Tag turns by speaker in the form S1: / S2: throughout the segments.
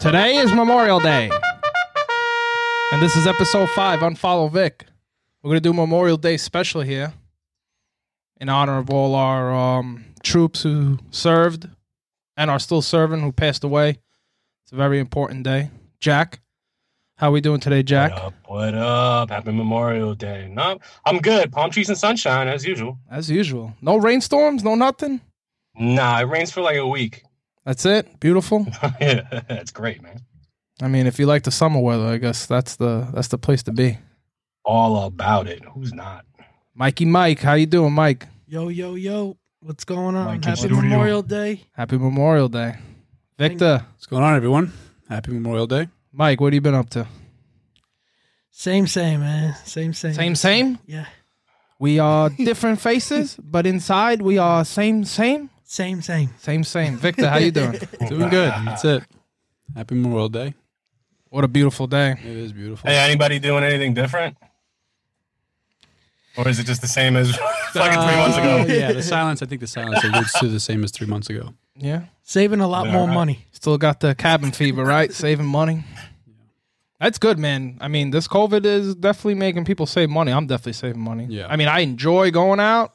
S1: Today is Memorial Day. And this is episode five, Unfollow Vic. We're going to do Memorial Day special here in honor of all our um, troops who served and are still serving, who passed away. It's a very important day. Jack, how we doing today, Jack?
S2: What up? What up? Happy Memorial Day. No, I'm good. Palm trees and sunshine as usual.
S1: As usual. No rainstorms, no nothing.
S2: Nah, it rains for like a week.
S1: That's it. Beautiful.
S2: yeah, that's great, man.
S1: I mean, if you like the summer weather, I guess that's the that's the place to be.
S2: All about it. Who's not?
S1: Mikey Mike, how you doing, Mike?
S3: Yo, yo, yo. What's going on?
S2: Mike in
S3: Happy
S2: studio.
S3: Memorial Day.
S1: Happy Memorial Day. Victor,
S4: What's going on, everyone? Happy Memorial Day.
S1: Mike, what have you been up to?
S3: Same, same, man. Same, same.
S1: Same, same.
S3: Yeah.
S1: We are different faces, but inside we are same, same,
S3: Same, same.
S1: same, same. Victor, how you doing?
S4: Doing good. That's it. Happy Memorial Day.
S1: What a beautiful day.
S4: It is beautiful.
S2: Hey, anybody doing anything different? Or is it just the same as fucking three months
S4: Uh,
S2: ago?
S4: yeah, the silence. I think the silence alludes to the same as three months ago.
S1: Yeah.
S3: Saving a lot
S2: Yeah,
S3: more
S2: right.
S3: money.
S1: Still got the cabin fever, right? Saving money. That's good, man. I mean, this COVID is definitely making people save money. I'm definitely saving money.
S4: Yeah.
S1: I mean, I enjoy going out,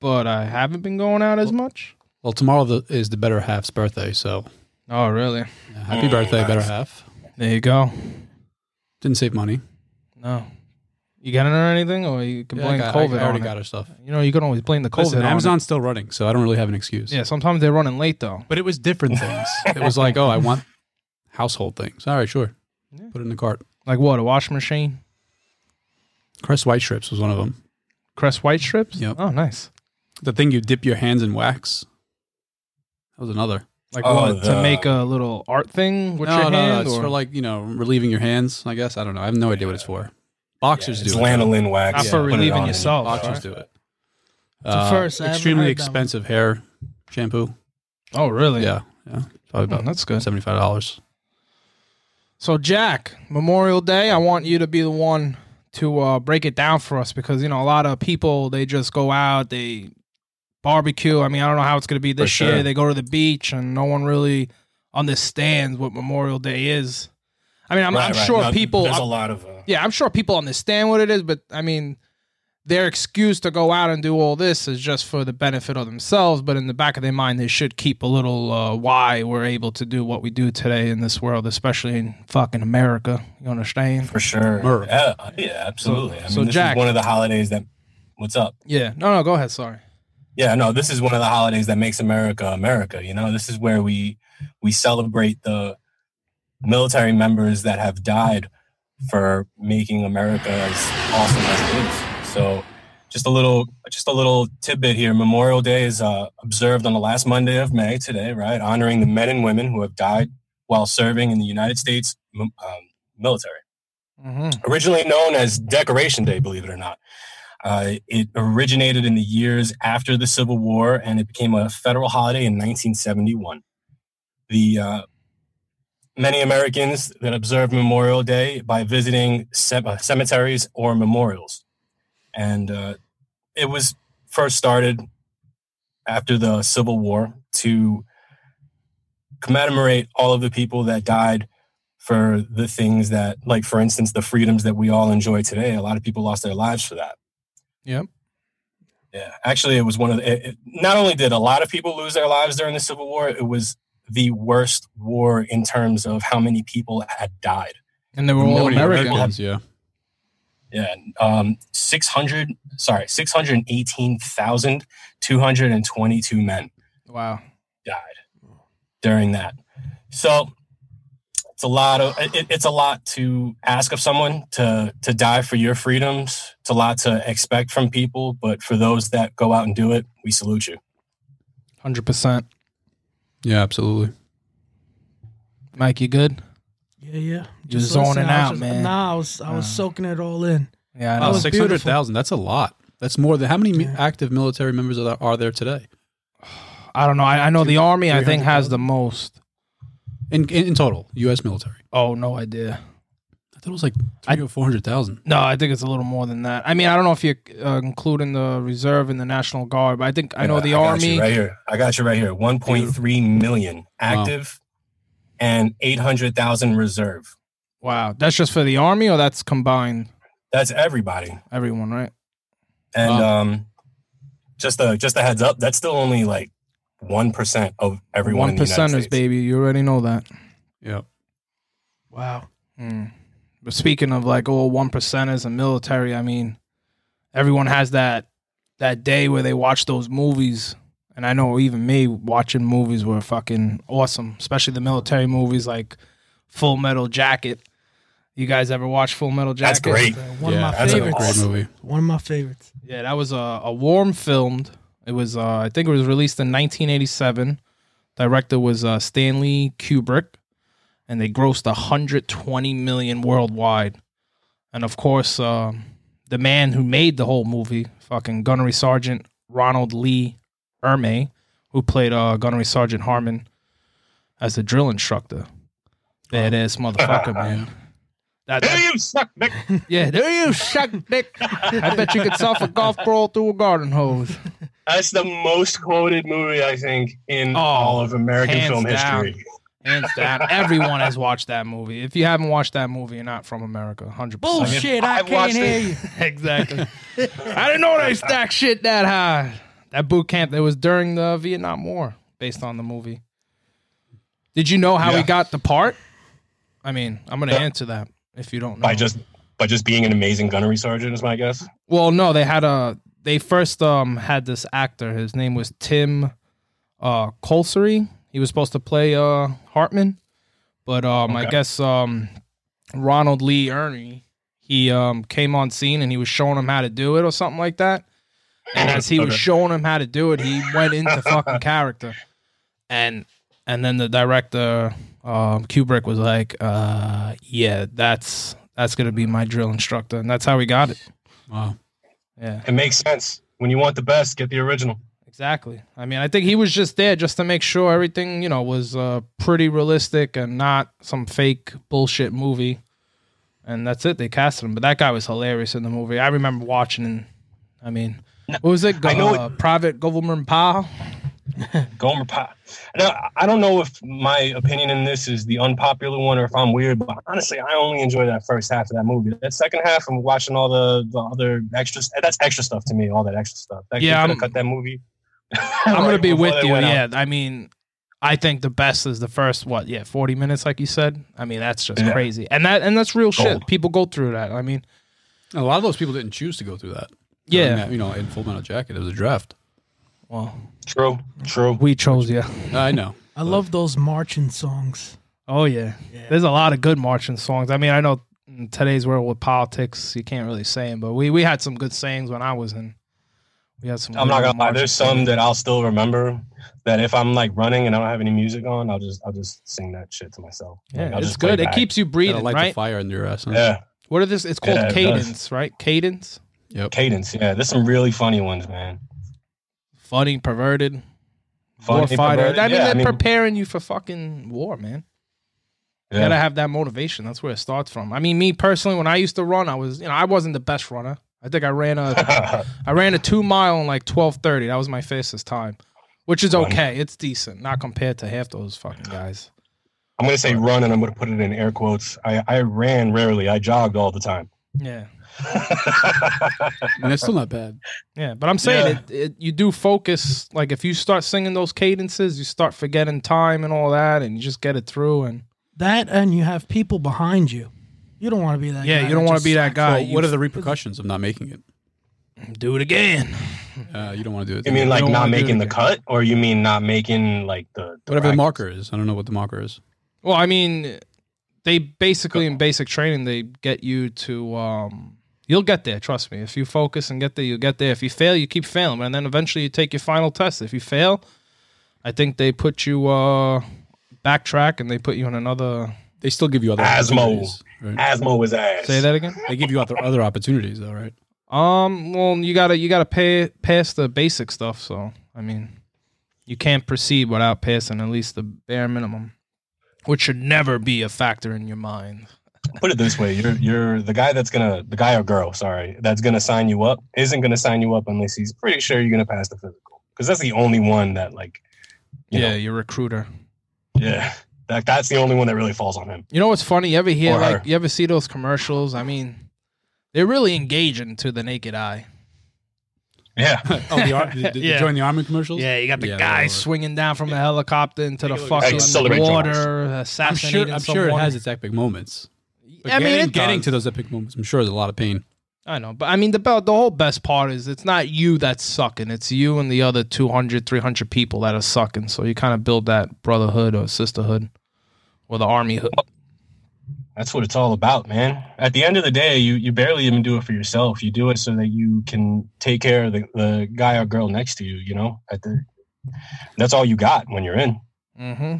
S1: but I haven't been going out as much.
S4: Well, tomorrow the, is the better half's birthday, so
S1: Oh, really?
S4: yeah, happy
S2: Mm,
S4: birthday,
S2: nice.
S4: better half.
S1: There you go.
S4: Didn't save money.
S1: No. You got it or anything, or you can
S4: Yeah, I,
S1: blame
S4: got, I
S1: COVID.
S4: already
S1: on it.
S4: got our stuff.
S1: You know, you can always blame the COVID.
S4: Listen,
S1: on it.
S4: Amazon's still running, so I don't really have an excuse.
S1: Yeah, sometimes they're running late though.
S4: But it was different things. it was like, oh, I want household things. All right, sure.
S1: Yeah.
S4: Put it in the cart.
S1: Like what? A washing machine?
S4: Crest White Strips was one of them.
S1: Crest white strips?
S4: Yep.
S1: Oh, nice.
S4: The thing you dip your hands in wax. That was another.
S1: Like
S2: Oh,
S1: what? To
S2: the-
S1: make a little art thing with
S4: no,
S1: your
S4: no, no,
S1: hand?
S4: It's
S1: or-
S4: for like you know relieving your hands. I guess I don't know. I have no idea what it's for. Boxers
S2: It's
S4: do it. though.
S2: lanolin wax.
S1: Not
S4: Yeah.
S1: for
S2: Put it
S1: relieving
S2: on.
S1: yourself.
S4: Boxers
S1: right?
S4: do it. Uh,
S3: It's a first. I haven't
S4: extremely
S3: heard that one.
S4: expensive hair shampoo.
S1: Oh, really?
S4: Yeah, yeah,
S1: Oh,
S4: probably about
S1: that's good.
S4: seventy five dollars.
S1: So, Jack, Memorial Day, I want you to be the one to uh, break it down for us because, you know, a lot of people, they just go out, they barbecue. I mean, I don't know how it's going to be this
S2: sure.
S1: year. They go to the beach and no one really understands what Memorial Day is. I mean, I'm,
S2: Right,
S1: I'm
S2: right.
S1: sure
S2: No,
S1: people.
S2: There's
S1: I'm-
S2: a lot of. Uh,
S1: yeah, I'm sure people understand what it is, but I mean, their excuse to go out and do all this is just for the benefit of themselves. But in the back of their mind, they should keep a little uh, why we're able to do what we do today in this world, especially in fucking America. You understand?
S2: for sure.
S4: Myrrh.
S2: Yeah, yeah, absolutely. I mean,
S1: so
S2: this
S1: Jack-
S2: is one of the holidays that. What's up?
S1: Yeah. No, no. Go ahead. Sorry.
S2: yeah no this is one of the holidays that makes america america you know this is where we we celebrate the military members that have died for making america as awesome as it is so just a little just a little tidbit here memorial day is uh, observed on the last monday of may today right honoring the men and women who have died while serving in the united states um, military
S1: hmm
S2: originally known as Decoration Day, believe it or not. Uh, it originated in the years after the Civil War and it became a federal holiday in 1971. The uh, many Americans that observe Memorial Day by visiting ce- uh, cemeteries or memorials, and uh, it was first started after the Civil War to commemorate all of the people that died for the things that, like, for instance, the freedoms that we all enjoy today. A lot of people lost their lives for that.
S1: Yep.
S2: Yeah. Actually, it was one of the, it, it- not only did a lot of people lose their lives during the Civil War, it was the worst war in terms of how many people had died.
S1: And they were all
S2: Nobody-
S1: American.
S2: America.
S4: yeah.
S2: Yeah. Um, 600, sorry, 618,222 men
S1: Wow.
S2: died during that. So it's a lot of it, it's a lot to ask of someone to to die for your freedoms. It's a lot to expect from people, but for those that go out and do it, we salute you.
S1: Hundred percent.
S4: Yeah, absolutely.
S1: Mike, you good?
S3: Yeah, yeah.
S1: You're zoning
S3: listening. I was
S1: out, man.
S3: Nah, I was, I was
S1: Nah.
S3: soaking it all in.
S1: Yeah. I
S3: That
S4: Wow,
S1: know.
S3: was
S4: six hundred thousand. That's a lot. That's more than how many mi-
S3: Yeah.
S4: active military members are there, are there today
S1: I don't know. I, I know the army. I think has
S4: 300,000?
S1: the most.
S4: in, in in total U.S. military?
S1: Oh, no idea.
S4: I thought it was like
S1: I-
S4: three or four hundred thousand.
S1: No, I think it's a little more than that. I mean, I don't know if you're uh, including the reserve and the national guard, but I think I know the
S2: got you
S1: army.
S2: right here. I got you right here. 1.3 million active and 800,000 reserve.
S1: Wow, that's just for the army, or that's combined
S2: That's everybody.
S1: everyone, right?
S2: And
S4: Wow.
S2: um, just a just a heads up, that's still only like one percent of everyone.
S1: One
S2: in the United
S1: percenters,
S2: States.
S1: baby. You already know that.
S4: Yep.
S3: Wow.
S1: Hmm. But speaking of like all one percenters and military, I mean, everyone has that that day where they watch those movies, and I know even me watching movies were fucking awesome, especially the military movies like Full Metal Jacket. You guys ever watch Full Metal Jacket?
S2: That's great.
S3: One
S4: yeah,
S3: of my
S2: that's a
S3: favorites.
S4: great
S2: awesome-
S4: movie.
S3: One of my favorites.
S1: Yeah, that was a, a warm filmed. It was uh, I think it was released in 1987. Director was uh, Stanley Kubrick, and they grossed 120 million worldwide. And of course, um the man who made the whole movie, fucking Gunnery Sergeant Ronald Lee Ermey, who played uh, Gunnery Sergeant Harmon as the drill instructor. Badass motherfucker, man. That, that-
S2: There you suck, Nick.
S1: yeah, there you suck dick. I bet you could self a golf ball through a garden hose.
S2: That's the most quoted movie I think in
S1: Oh,
S2: all of American
S1: hands
S2: film
S1: down.
S2: history.
S1: Hands down. Everyone has watched that movie. If you haven't watched that movie, you're not from America. 100%.
S3: Bullshit. I,
S2: I've
S3: can't
S2: watched
S3: hear
S2: it.
S3: you.
S1: Exactly. I didn't know they stacked shit that high. That boot camp, that was during the Vietnam War, based on the movie. Did you know how he
S2: Yeah.
S1: got the part? I mean, I'm going to
S2: Yeah.
S1: answer that if you don't know.
S2: By just by just being an amazing gunnery sergeant is my guess.
S1: Well, no, they had a they first um had this actor. His name was Tim uh Colsery. He was supposed to play uh Hartman, but um I
S2: Okay.
S1: guess um Ronald Lee Ernie he um came on scene and he was showing him how to do it or something like that. And as he was
S2: Okay.
S1: showing him how to do it, he went into fucking character. And and then the director um Kubrick was like, uh yeah, that's that's gonna be my drill instructor, and that's how he got it.
S4: Wow.
S1: Yeah.
S2: It makes sense. When you want the best, get the original.
S1: Exactly. I mean, I think he was just there just to make sure everything, you know, was uh, pretty realistic and not some fake bullshit movie. And that's it. They casted him, but that guy was hilarious in the movie. I remember watching. And, I mean, what was it? Go-
S2: I know it-
S1: uh, Private Government Pa.
S2: Gomer Pyle. Now, I don't know if my opinion in this is the unpopular one or if I'm weird, but honestly, I only enjoy that first half of that movie. That second half, I'm watching all the, the other extra. That's extra stuff to me. All that extra stuff. That
S1: Yeah,
S2: yeah,
S1: I'm-
S2: I'm, cut that movie.
S1: I'm gonna be with you. Yeah,
S2: Yeah,
S1: I mean, I think the best is the first what? Yeah, 40 minutes, like you said. I mean, that's just
S2: Yeah. Oh.
S1: crazy, and that and that's real shit.
S2: Gold.
S1: People go through that. I mean,
S4: And a lot of those people didn't choose to go through that.
S1: yeah.
S4: You know, in Full Metal Jacket, it was a draft.
S1: Well,
S2: true, true.
S1: we chose you.
S4: I know.
S3: I love those marching songs.
S1: Oh yeah.
S3: Yeah.
S1: There's a lot of good marching songs. I mean, I know in today's world with politics, you can't really say 'em, but we, we had some good sayings when I was in. We had some.
S2: I'm
S1: good
S2: not gonna lie.
S1: marching
S2: There's some
S1: sayings.
S2: that I'll still remember. That if I'm like running and I don't have any music on, I'll just I'll just sing that shit to myself.
S1: Yeah,
S2: Like, I'll
S1: it's
S2: just play
S1: good. It
S2: back.
S1: keeps you
S4: That'll
S1: breathing,
S4: light the
S1: right?
S4: fire under your ass. huh?
S2: yeah
S1: What are this? It's called
S2: Yeah, it does.
S1: cadence, right? Cadence,
S4: Yep.
S2: cadence. Yeah, there's some really funny ones, man.
S1: funny, perverted,
S2: Funny,
S1: warfighter.
S2: perverted.
S1: I mean,
S2: Yeah,
S1: they're
S2: I mean-
S1: preparing you for fucking war, man. You
S2: Yeah.
S1: gotta have that motivation. That's where it starts from. I mean, me personally, when I used to run, I was, you know, I wasn't the best runner. I think I ran a I ran a two mile in like twelve thirty. That was my fastest time, which is
S2: Wow.
S1: okay. It's decent, not compared to half those fucking guys.
S2: I'm gonna say run, and I'm gonna put it in air quotes. I, I ran rarely. I jogged all the time.
S1: Yeah,
S4: And that's still not bad.
S1: yeah. But I'm saying
S2: Yeah.
S1: it, it, you do focus. Like if you start singing those cadences, you start forgetting time and all that, and you just get it through. And
S3: That and you have people behind you. You don't want to be that.
S1: yeah,
S3: guy
S1: you don't want to
S3: just
S1: be that guy.
S4: Well, what are the repercussions of not making it?
S1: do it again?
S4: Uh, you don't want to do it.
S2: You mean like
S1: don't
S2: not
S1: wanna do it
S2: making the
S1: again.
S2: cut, or you mean not making like the, the
S4: whatever the
S2: rack?
S4: marker is? I don't know what the marker is.
S1: Well, I mean, they basically in basic training they get you to. um You'll get there, trust me. If you focus and get there, you'll get there. If you fail, you keep failing, and then eventually you take your final test. If you fail, I think they put you uh backtrack and they put you in another.
S4: They still give you other
S2: Asmo.
S4: opportunities. Right?
S2: Asthma was ass.
S1: Say that again.
S4: They give you other other opportunities though, right?
S1: Um. Well, you gotta you gotta pay pass the basic stuff. So I mean, you can't proceed without passing at least the bare minimum, which should never be a factor in your mind.
S2: Put it this way: you're you're the guy that's gonna the guy or girl, sorry, that's gonna sign you up isn't gonna sign you up unless he's pretty sure you're gonna pass the physical, because that's the only one that like, you
S1: yeah,
S2: know,
S1: your recruiter.
S2: yeah, That, that's the only one that really falls on him.
S1: You know what's funny? You ever hear
S2: Or her.
S1: like you ever see those commercials? I mean, they're really engaging to the naked eye.
S2: Yeah.
S4: oh, the, ar- the, the,
S1: Yeah.
S4: join the army commercials.
S1: you got
S4: the Yeah,
S1: guy
S4: they're-
S1: swinging down from the helicopter into the
S4: Take a look at
S1: fucking
S2: Accelerate
S1: water,
S4: I'm
S1: assassinating
S4: sure. I'm sure it
S1: someone.
S4: has its epic moments. But
S1: I mean,
S4: getting,
S1: it
S4: getting
S1: does.
S4: to those epic moments, I'm sure there's a lot of pain.
S1: I know, but I mean the be- the whole best part is it's not you that's sucking, it's you and the other 200, 300 people that are sucking. So you kind of build that brotherhood or sisterhood or the army hood.
S2: That's what it's all about, man. At the end of the day, you, you barely even do it for yourself. You do it so that you can take care of the, the guy or girl next to you, you know? At the, that's all you got when you're in.
S1: Mm-hmm.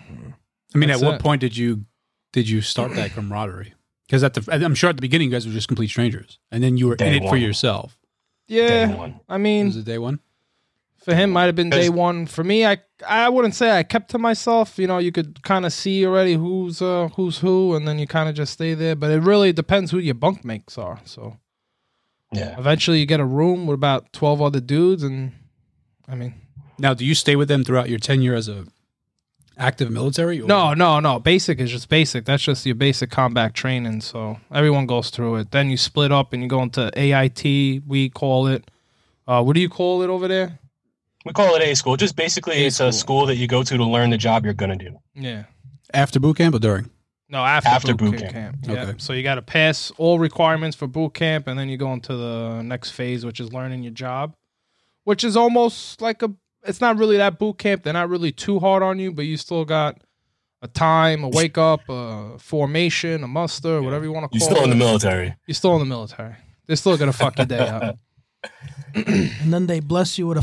S4: I mean,
S1: That's
S4: at what
S1: it.
S4: point did you did you start that camaraderie? Because at the, I'm sure at the beginning, you guys were just complete strangers, and then you were in
S2: Day
S4: it for
S2: one.
S4: yourself.
S2: Day
S1: Yeah,
S2: one.
S1: I
S4: Was
S1: mean
S4: it day one?
S1: for him might have been day
S2: Cause-
S1: one. For me, I I wouldn't say I kept to myself. You know, you could kind of see already who's uh, who's who, and then you kind of just stay there. But it really depends who your bunk mates are. So
S2: Yeah.
S1: eventually, you get a room with about twelve other dudes, and I mean,
S4: Now, do you stay with them throughout your tenure as a active military? Or?
S1: No, no, no. Basic is just basic. That's just your basic combat training. So everyone goes through it. Then you split up and you go into AIT. We call it. Uh, what do you call it over there?
S2: We call it A school. Just basically,
S1: A
S2: it's a school that you go to to learn the job you're going to do.
S1: Yeah.
S4: after boot camp or during?
S1: No, after,
S2: After
S1: boot,
S2: boot
S1: camp. Yeah.
S4: Okay.
S1: So you got to pass all requirements for boot camp, and then you go into the next phase, which is learning your job, which is almost like a. It's not really that boot camp. They're not really too hard on you, but you still got a time, a wake up, a formation, a muster, whatever you want to call
S2: You're
S1: it.
S2: still in the military.
S1: You're still in the military. They're still gonna fuck your day up.
S3: And then they bless you with a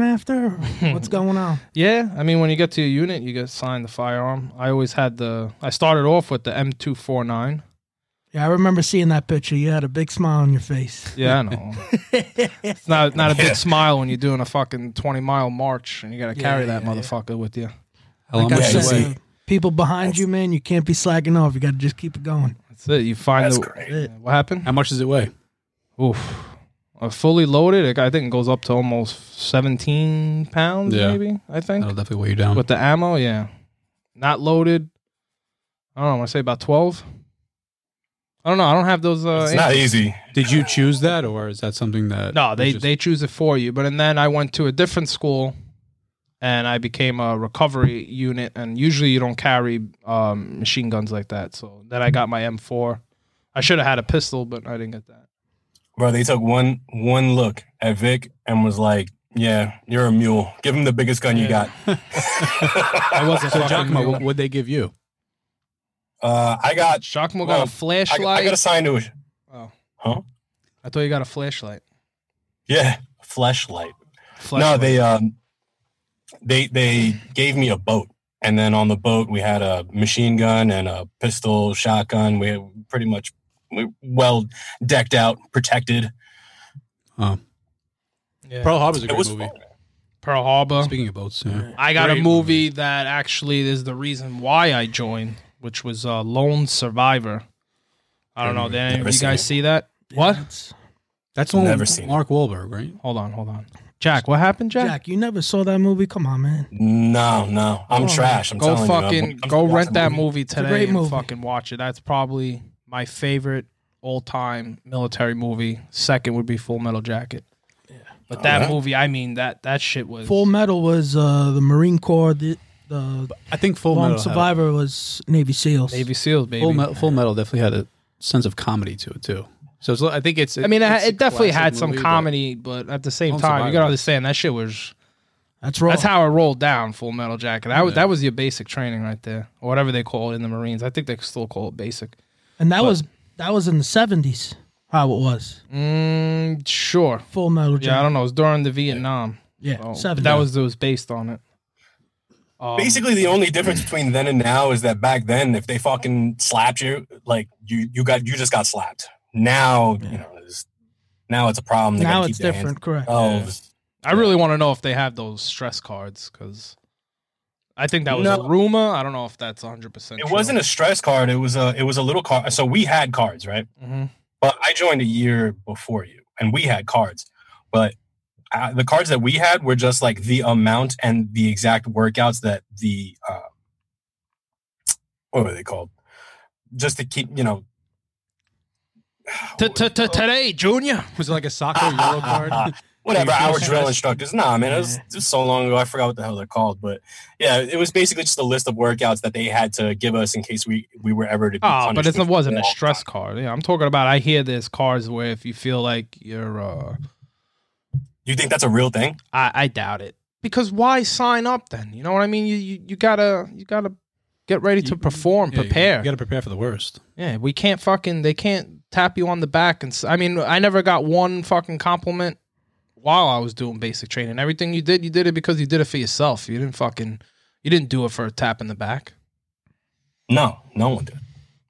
S3: after? What's going on?
S1: Yeah, I mean, when you get to your unit, you get assigned the firearm. I always had the. I started off with the M249.
S3: Yeah, I remember seeing that picture. You had a big smile on your face.
S1: Yeah, I know. it's not not a big
S2: Yeah.
S1: smile when you're doing a fucking 20 mile march and you gotta carry
S3: Yeah,
S1: that
S3: yeah, yeah.
S1: motherfucker with you.
S4: How long
S3: Like I
S2: Yeah,
S4: was it?
S2: you
S3: said,
S2: see.
S3: uh, people behind
S2: That's-
S3: you, man, you can't be slacking off. You got to just keep it going.
S1: That's it. You find
S2: That's
S1: the.
S2: great.
S3: It-
S1: What happened?
S4: How much does it weigh?
S1: Oof. Uh, fully loaded, it, I think it goes up to almost 17 pounds,
S4: Yeah.
S1: maybe. I think.
S4: That'll definitely weigh you down.
S1: With the ammo, yeah. Not loaded. I don't know. I want to say about twelve. I don't know. I don't have those. Uh,
S2: it's not easy.
S4: Did you choose that, or is that something that?
S1: no, they
S4: was just-
S1: they choose it for you. But and then I went to a different school, and I became a recovery unit. And usually you don't carry um, machine guns like that. So then I got my M4. I should have had a pistol, but I didn't get that.
S2: Bro, they took one one look at Vic and was like, yeah, you're a mule. Give him the biggest gun you
S1: Yeah.
S2: got.
S1: I wasn't.
S4: So,
S1: fucking
S4: Giacomo,
S1: mule.
S4: what would they give you?
S2: uh, I got
S1: Giacomo
S2: Well,
S1: got a
S2: I- I I,
S1: flashlight. I,
S2: I got assigned to a
S1: oh,
S2: Huh?
S1: I thought you got a flashlight.
S2: Yeah, flashlight. No,
S1: flashlight.
S2: they um, they they gave me a boat, and then on the boat we had a machine gun and a pistol, shotgun. We were pretty much we were well decked out, protected.
S1: Yeah.
S4: Oh. Pearl Harbor's a
S2: It
S4: great
S2: was
S4: movie.
S2: fun.
S1: Pearl Harbor.
S4: Speaking of boats, yeah.
S1: I got a
S4: Great
S1: movie,
S4: movie.
S1: that actually is the reason why I joined, which was uh, Lone Survivor. I don't know. Did any of
S2: Never
S1: you
S2: seen
S1: guys
S2: it.
S1: see that? What?
S3: That's-
S4: that's the one
S2: Never
S4: with
S2: seen it.
S4: Mark Wahlberg, right?
S1: Hold on, hold on. Jack, what happened, Jack?
S3: Jack, you never saw that movie? Come on, man.
S2: No, no, I'm
S1: Oh,
S2: trash. I'm
S1: go
S2: telling
S1: fucking
S2: you. I'm- I'm
S1: go
S2: watching
S1: rent that movie,
S3: a
S1: today
S3: great
S1: and
S3: movie.
S1: fucking watch it. That's probably my favorite all-time military movie. Second would be Full Metal Jacket. But that
S2: Alright.
S1: movie, I mean that that shit was
S3: Full Metal was uh, the Marine Corps. The, the
S4: I think Full
S3: Lone
S4: Metal. had a-
S3: Survivor was Navy SEALs.
S1: Navy SEALs, baby.
S4: Full, Metal Full Metal definitely had a sense of comedy to it too. So it's, I think it's.
S1: I mean, it,
S4: it's
S1: ha-
S4: a
S1: it definitely
S4: classic
S1: had some
S4: movie, but-
S1: comedy, but at the same
S4: Lone
S1: time, you gotta
S4: Survivor.
S1: understand that shit was
S3: That's raw.
S1: That's how I rolled down Full Metal Jacket. That was
S4: Yeah.
S1: that was your basic training right there, or whatever they call it in the Marines. I think they still call it basic.
S3: and that was that was in the seventies. How it was.
S1: Mm, sure.
S3: Full Metal Jacket.
S1: Yeah, I don't know. It was during the Vietnam.
S3: Yeah,
S2: Oh.
S1: So
S3: seventies.
S1: that was it was based on it. Um,
S2: Basically, the only difference between then and now is that back then, if they fucking slapped you, like you you got you just got slapped. Now you know, it's, now it's a problem. They
S3: now
S2: gotta
S3: it's
S2: keep their hands-
S3: different. Correct.
S2: Oh,
S1: Yeah. I really want to know if they have those stress cards because I think that was
S2: No.
S1: a rumor. I don't know if that's 100. percent
S2: it wasn't a stress card. It was a it was a little card. So we had cards, right?
S1: hmm
S2: But I joined a year before you, and we had cards. But uh, the cards that we had were just like the amount and the exact workouts that the uh, um, what were they called? Just to keep, you know.
S1: Today, Junior.
S4: Was it like a soccer yellow card?
S2: Whatever
S4: Do you feel
S2: our drill
S4: stressed?
S2: instructors. Nah, man, it was,
S1: Yeah.
S2: it was so long ago. I forgot what the hell they're called, but yeah, it was basically just a list of workouts that they had to give us in case we we were ever to. Be
S1: Oh, but
S2: punished
S1: it's- it
S2: with
S1: wasn't a
S2: wrong.
S1: stress card. Yeah, I'm talking about. I hear there's cards where if you feel like you're, uh,
S2: You think that's a real thing?
S1: I, I doubt it. Because why sign up then? You know what I mean? You you, you gotta you gotta get ready to
S4: You-
S1: perform,
S4: Yeah, you-
S1: prepare.
S4: You got to prepare for the worst.
S1: Yeah, we can't fucking. They can't tap you on the back. And s- I mean, I never got one fucking compliment while I was doing basic training. Everything you did, you did it because you did it for yourself. You didn't fucking. You didn't do it for a tap in the back.
S2: No, no one did.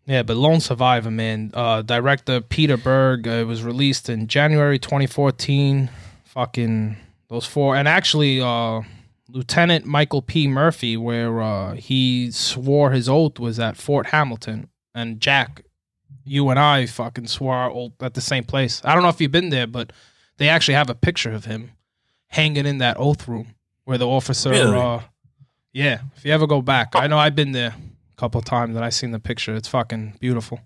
S1: Yeah, but Lone Survivor, man. Uh, director Peter Berg. Uh, it was released in January 2014. Fucking those four, and actually, uh, Lieutenant Michael P. Murphy, where uh, he swore his oath was at Fort Hamilton, and Jack, you and I fucking swore our oath at the same place. I don't know if you've been there, but they actually have a picture of him hanging in that oath room where the officer.
S2: Really?
S1: Uh, yeah, if you ever go back, I know I've been there a couple times and I seen the picture. It's fucking beautiful.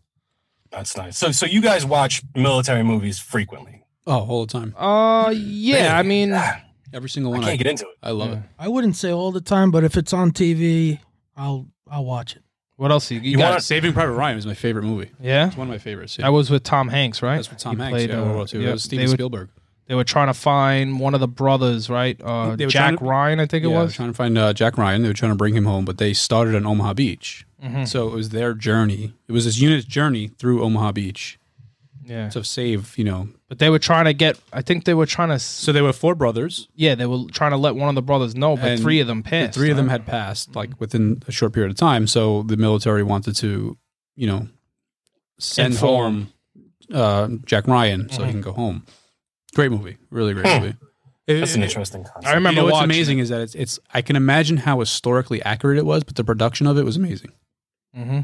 S2: That's nice. So, so you guys watch military movies frequently?
S4: Oh, all the time.
S1: Uh, yeah, I mean,
S2: Ah,
S4: Every single
S2: I
S4: one. I,
S2: can't get into it.
S4: I love it.
S3: I wouldn't say all the time, but if it's on TV, I'll I'll watch it.
S1: what else? You, you,
S4: You
S1: got?
S4: got Saving Private Ryan is my favorite movie.
S1: Yeah,
S4: It's one of my favorites.
S1: that
S4: Yeah.
S1: was with Tom Hanks, right?
S4: That's with Tom
S1: He
S4: Hanks.
S1: played,
S4: yeah,
S1: uh,
S4: World War II.
S1: yeah,
S4: That was
S1: they
S4: Steven
S1: were-
S4: Spielberg.
S1: They were trying to find one of the brothers, right? Uh,
S4: They were
S1: Jack
S4: trying to-
S1: Ryan, I think it
S4: Yeah,
S1: was.
S4: trying to find uh, Jack Ryan. They were trying to bring him home, but they started in Omaha Beach.
S1: Mhm.
S4: So it was their journey. It was this unit's journey through Omaha Beach
S1: Yeah,
S4: to save, you know.
S1: but they were trying to get. I think they were trying to. s-
S4: So they were four brothers.
S1: Yeah, they were trying to let one of the brothers know, but
S4: And
S1: three of them
S4: The
S1: passed.
S4: three of them
S1: right? Mm-hmm.
S4: had passed, like within a short period of time. So the military wanted to, you know, send
S1: Inform.
S4: home uh, Jack Ryan so
S1: Mhm.
S4: he can go home. Great movie. Really great
S2: Hmm.
S4: movie. It-
S2: That's an
S4: it-
S2: interesting concept.
S1: I remember
S4: you know, what's
S1: watching
S4: amazing is that it's, it's I can imagine how historically accurate it was, but the production of it was amazing.
S1: hmm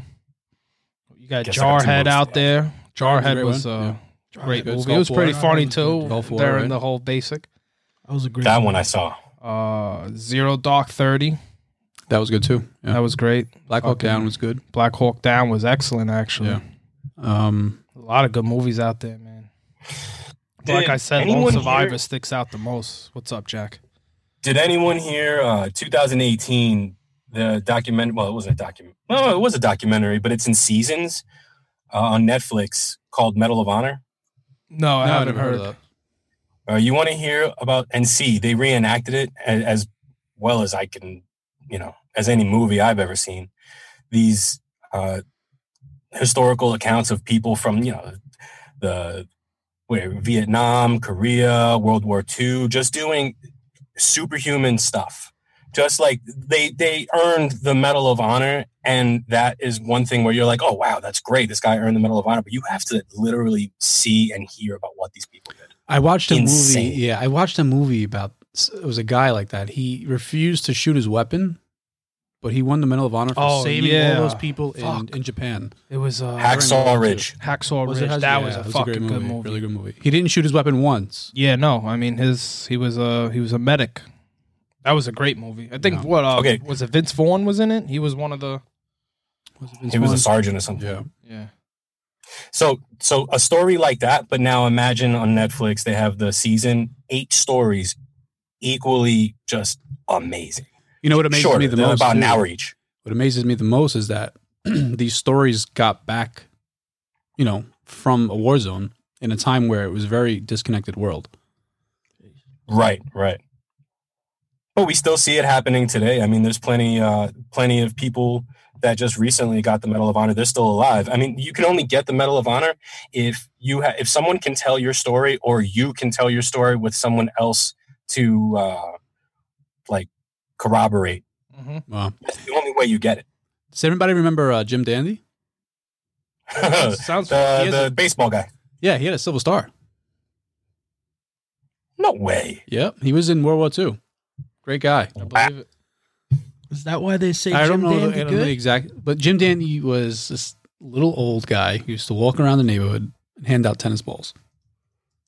S1: You got
S2: Guess I got two
S1: Jarhead
S2: movies
S1: out
S2: to
S1: there.
S4: That
S1: Jarhead
S4: was
S1: was
S4: a
S1: uh,
S4: great one,
S1: great
S4: Good.
S1: movie.
S4: Skull
S1: It was pretty
S4: Four.
S1: funny
S4: Good.
S1: too.
S4: Skull Four,
S1: There in
S4: right?
S1: the whole basic.
S3: That was a great.
S2: that one I saw.
S1: Uh, Zero Dark Thirty.
S4: That was good too. Yeah.
S1: That was great.
S4: Black Hawk
S1: fucking-
S4: Down was good.
S1: Black Hawk Down was excellent, actually.
S4: Yeah. Um,
S1: A lot of good movies out there, man. But
S2: Did
S1: like I said, Lone
S2: anyone
S1: Survivor
S2: here-
S1: sticks out the most. What's up, Jack?
S2: Did anyone hear uh, 2018? The document. Well, it wasn't a document. No, it was a documentary, but it's in seasons uh, on Netflix called Medal of Honor.
S1: No, I
S4: no,
S1: haven't
S4: never
S1: heard.
S4: that.
S2: Uh, you want to hear about and see? They reenacted it as, as well as I can, you know, as any movie I've ever seen. These uh, historical accounts of people from, you know, the where Vietnam, Korea, World War II, just doing superhuman stuff. Just like they they earned the Medal of Honor, and that is one thing where you're like, oh wow, that's great. This guy earned the Medal of Honor, but you have to literally see and hear about what these people did.
S4: I watched a
S2: Insane.
S4: movie. Yeah, I watched a movie about it was a guy like that. He refused to shoot his weapon, but he won the Medal of Honor for
S1: Oh,
S4: saving
S1: yeah.
S4: all those people in,
S1: Fuck.
S4: in Japan.
S1: It was uh,
S2: Hacksaw Ridge.
S1: Hacksaw
S4: Was
S1: Ridge.
S4: it Hacksaw-
S1: that
S4: yeah,
S1: was a
S4: it
S1: fucking
S4: great
S1: good movie.
S4: Really good movie. He didn't shoot his weapon once.
S1: Yeah, no, I mean his he was a he was a medic. That was a great movie. I think
S4: No.
S1: what uh,
S2: Okay.
S1: was it Vince Vaughn was in it? He was one of the
S4: Was it
S2: He was a
S4: once?
S2: sergeant or something.
S4: Yeah.
S1: yeah.
S2: So, so a story like that, but now imagine on Netflix they have the season eight stories, equally just amazing.
S4: You know what amazes
S2: Shorter,
S4: me the
S2: they're
S4: most?
S2: about an
S4: too?
S2: hour each.
S4: What amazes me the most is that these stories got back, you know, from a war zone in a time where it was a very disconnected world.
S2: Right, right. But we still see it happening today. I mean, there's plenty, uh, plenty of people that just recently got the Medal of Honor. They're still alive. I mean, you can only get the Medal of Honor if you ha- if someone can tell your story, or you can tell your story with someone else to uh, like corroborate.
S1: hmm
S4: Wow.
S2: That's the only way you get it.
S4: Does everybody remember uh, Jim Dandy?
S2: the
S1: Sounds
S4: has
S2: Uh, the baseball guy.
S4: Yeah, he had a Silver Star.
S2: No way.
S4: Yep, he was in World War II. Great guy.
S1: I believe it.
S3: Is that why they say
S4: I don't
S3: Jim
S4: know. the-
S3: Dandy
S4: I don't know the
S3: good?
S4: exact, but Jim Dandy was this little old guy who used to walk around the neighborhood and hand out tennis balls.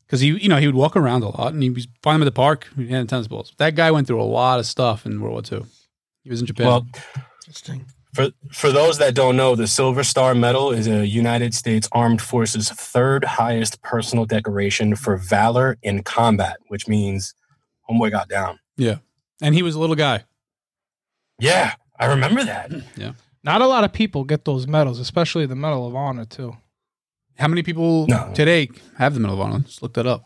S4: Because he, you know, he would walk around a lot, and he was find him at the park. He'd hand out tennis balls. That guy went through a lot of stuff in World War II. He was in Japan.
S2: Well,
S3: Interesting.
S2: For, for those that don't know, the Silver Star Medal is a United States Armed Forces third highest personal decoration for valor in combat, which means homeboy got down.
S4: And he was a little guy.
S2: Yeah, I remember that.
S4: Yeah.
S1: Not a lot of people get those medals, especially the Medal of Honor too.
S4: How many people
S2: No.
S4: today have the Medal of Honor? Just look that up.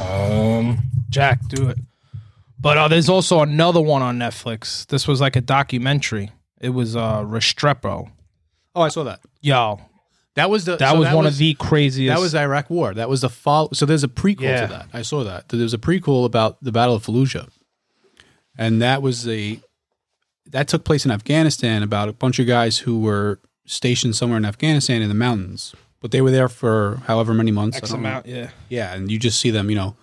S2: Um,
S1: Jack, do it. But uh, there's also another one on Netflix. This was like a documentary. It was uh Restrepo.
S4: Oh, I saw that.
S1: Yo,
S4: That was the
S1: that
S4: so
S1: was one of the craziest.
S4: that was the Iraq War. That was the follow. So there's a prequel
S1: Yeah.
S4: to that. I saw that. There was a prequel about the Battle of Fallujah, and that was the that took place in Afghanistan about a bunch of guys who were stationed somewhere in Afghanistan in the mountains, but they were there for however many months.
S1: X
S4: I don't know.
S1: amount. Yeah,
S4: Yeah, and you just see them, you know,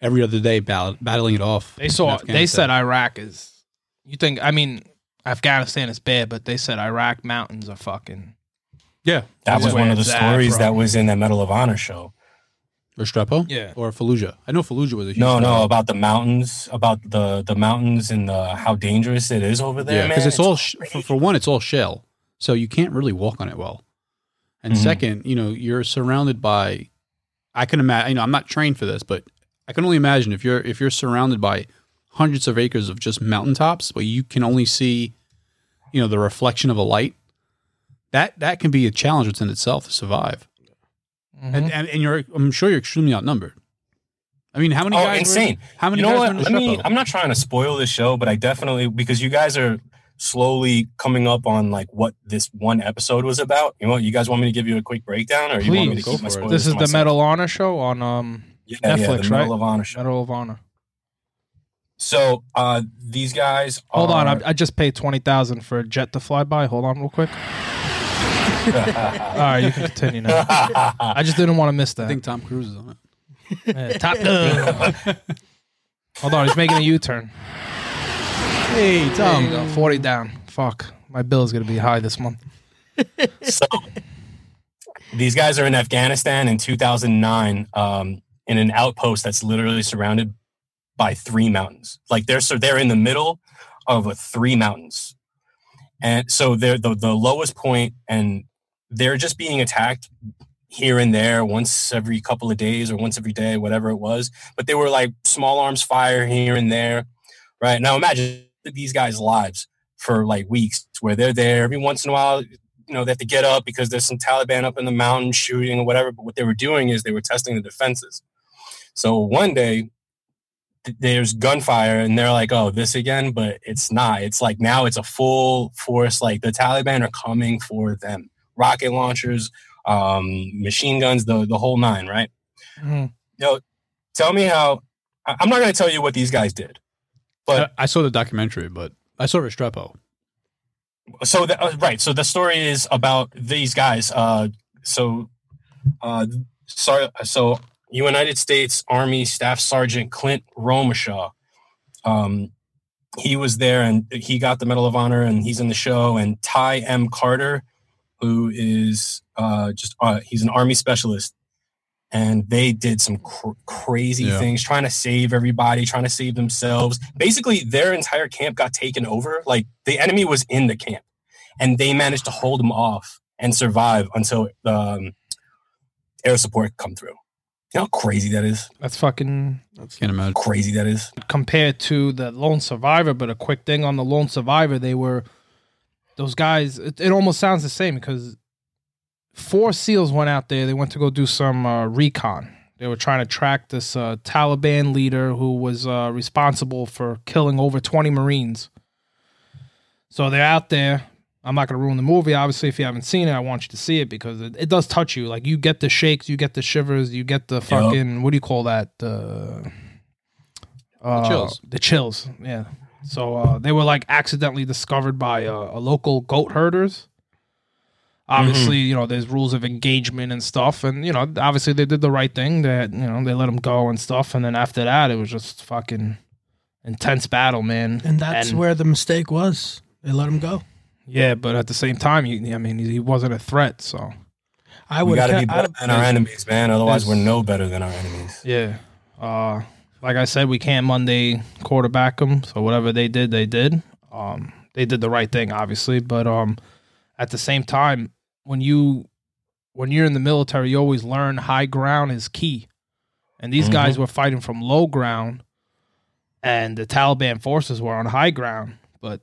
S4: every other day battle, battling it off.
S1: they
S4: in
S1: saw. They
S4: Afghanistan.
S1: said Iraq is. You think? I mean, Afghanistan is bad, but they said Iraq mountains are fucking.
S4: yeah,
S2: that was
S1: Yeah.
S2: one of the
S1: Where's that
S2: stories
S1: from?
S2: that was in that Medal of Honor show.
S4: Restrepo,
S1: Yeah.
S4: or Fallujah. I know Fallujah was a huge
S2: No, no,
S4: battle.
S2: about the mountains, about the the mountains and the how dangerous it is over there,
S4: yeah,
S2: man.
S4: because it's all sh- for, for one, it's all shell, so you can't really walk on it well. And
S2: Mhm.
S4: second, you know, you're surrounded by. I can imagine. You know, I'm not trained for this, but I can only imagine if you're if you're surrounded by hundreds of acres of just mountaintops, but you can only see, you know, the reflection of a light. That that can be a challenge within itself to survive.
S1: Mhm.
S2: Mm-hmm.
S4: And, and and you're, I'm sure you're extremely outnumbered. I mean, how many
S2: Oh,
S4: guys? were-
S2: insane.
S4: how many
S2: you know
S4: guys
S2: what?
S4: were in
S2: Let me.
S4: Restrepo?
S2: I'm not trying to spoil the show, but I definitely because you guys are slowly coming up on like what this one episode was about. You know, you guys want me to give you a quick breakdown, or you want me to
S1: Please.
S2: keep Oh, my
S4: Go for it.
S2: spoilers
S1: this is
S2: to
S1: the
S2: myself?
S1: Medal of Honor show on um
S2: yeah, yeah, the
S1: Netflix,
S2: Medal
S1: right?
S2: of Honor show.
S1: Medal of Honor.
S2: So uh, these guys.
S1: Hold
S2: are,
S1: on, I, I just paid twenty thousand for a jet to fly by. Hold on, real quick. All right, you can continue now. I just didn't want to miss that.
S4: I think Tom Cruise is on it.
S1: Yeah, top Gun. Hold on, he's making a U turn.
S4: Hey,
S1: There you go, forty down. Fuck, my bill's gonna be high this month.
S2: so these guys are in Afghanistan in 2009 um, in an outpost that's literally surrounded by three mountains. Like they're so they're in the middle of a three mountains, and so they're the, the lowest point, and they're just being attacked here and there once every couple of days or once every day, whatever it was. But they were like small arms fire here and there, right? Now imagine these guys' lives for like weeks where they're there every once in a while you know they have to get up because there's some Taliban up in the mountain shooting or whatever. But what they were doing is they were testing the defenses. So one day th- there's gunfire and they're like, "Oh, this again?" But it's not. It's like now it's a full force. Like the Taliban are coming for them. Rocket launchers, um, machine guns, the the whole nine. Right?
S1: Mhm.
S2: Tell me how. I- I'm not going to tell you what these guys did. But-
S4: I, I saw the documentary, but I saw Restrepo.
S2: so the, uh, right so the story is about these guys uh so uh sorry so united states army staff sergeant clint romashaw um he was there and he got the medal of honor and he's in the show and ty m carter who is uh just uh, he's an army specialist and they did some cr- crazy
S4: Yeah.
S2: things trying to save everybody trying to save themselves basically their entire camp got taken over like the enemy was in the camp and they managed to hold them off and survive until um, air support come through you know how crazy that is
S1: That's fucking
S3: That's
S4: Can't imagine.
S2: crazy that is
S1: compared to the Lone Survivor. But a quick thing on the Lone Survivor, they were those guys. It, it almost sounds the same because four SEALs went out there. They went to go do some uh, recon. They were trying to track this uh, Taliban leader who was uh, responsible for killing over twenty Marines. So they're out there. I'm not going to ruin the movie. Obviously, if you haven't seen it, I want you to see it because it, it does touch you. Like you get the shakes, you get the shivers, you get the fucking what do you call that? The uh,
S4: chills.
S1: The chills. Yeah. So uh, they were like accidentally discovered by uh, a local goat herders. Obviously, you know there's rules of engagement and stuff, and you know obviously they did the right thing. That you know they let them go and stuff, and then after that it was just fucking intense battle, man.
S3: And that's where the mistake was. They let him go.
S1: Yeah, but at the same time, you, I mean, he wasn't a threat, so
S3: I
S2: we
S3: would
S2: got to
S3: have.
S2: be better than our enemies man otherwise we're no better than our enemies
S1: yeah. Uh, like I said, we can't Monday quarterback them, so whatever they did, they did. Um, they did the right thing, obviously. But um, at the same time, when you when you're in the military, you always learn high ground is key. And these guys were fighting from low ground, and the Taliban forces were on high ground. But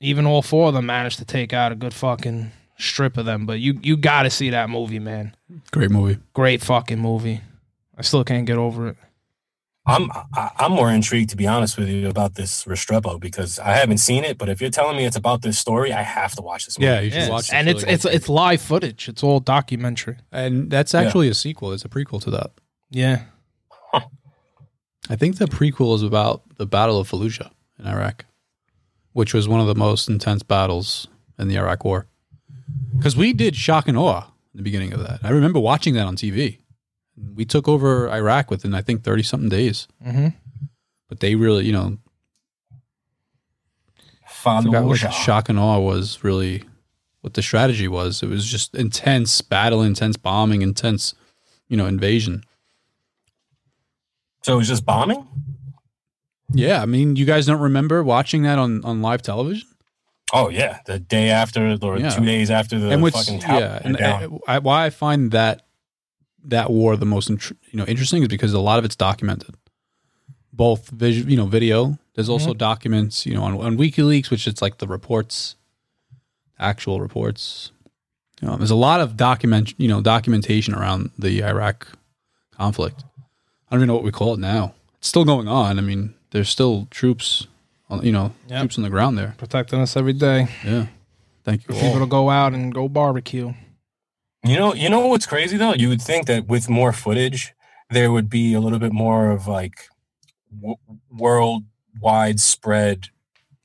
S1: even all four of them managed to take out a good fucking strip of them. But you you got to see that movie, man.
S4: Great movie.
S1: Great fucking movie. I still can't get over it.
S2: I'm I- I'm more intrigued to be honest with you about this Restrepo because I haven't seen it, but if you're telling me it's about this story, I have to watch this movie.
S4: Yeah, you should
S1: Yeah,
S4: watch it.
S1: and it's
S4: really
S1: it's
S4: good.
S1: it's live footage. It's all documentary.
S4: and that's actually a sequel. It's a prequel to that.
S1: Yeah.
S4: I think the prequel is about the Battle of Fallujah in Iraq, which was one of the most intense battles in the Iraq War. Because we did shock and awe in the beginning of that. I remember watching that on TV. We took over Iraq within, I think, 30 something days.
S1: Mm-hmm.
S4: But they really, you know, I forgot what
S2: Fallujah.
S4: shock and awe was really what the strategy was. It was just intense battle, intense bombing, intense, you know, invasion.
S2: So it was just bombing?
S4: Yeah. I mean, you guys don't remember watching that on, on live television?
S2: Oh yeah, the day after or
S4: Yeah.
S2: two days after the
S4: and what's
S2: fucking tower
S4: yeah,
S2: went
S4: and
S2: down.
S4: I, I- why I find that that war the most intr- you know interesting is because a lot of it's documented, both visual you know video. There's also documents you know on, on WikiLeaks, which it's like the reports, actual reports. Um, there's a lot of document you know documentation around the Iraq conflict. I don't even know what we call it now. It's still going on. I mean, there's still troops, on, you know,
S1: Yep.
S4: troops on the ground there.
S1: Protecting us every day.
S4: Yeah. Thank you.
S1: People to go out and go barbecue.
S2: You know, you know what's crazy though? You would think that with more footage, there would be a little bit more of like w- worldwide spread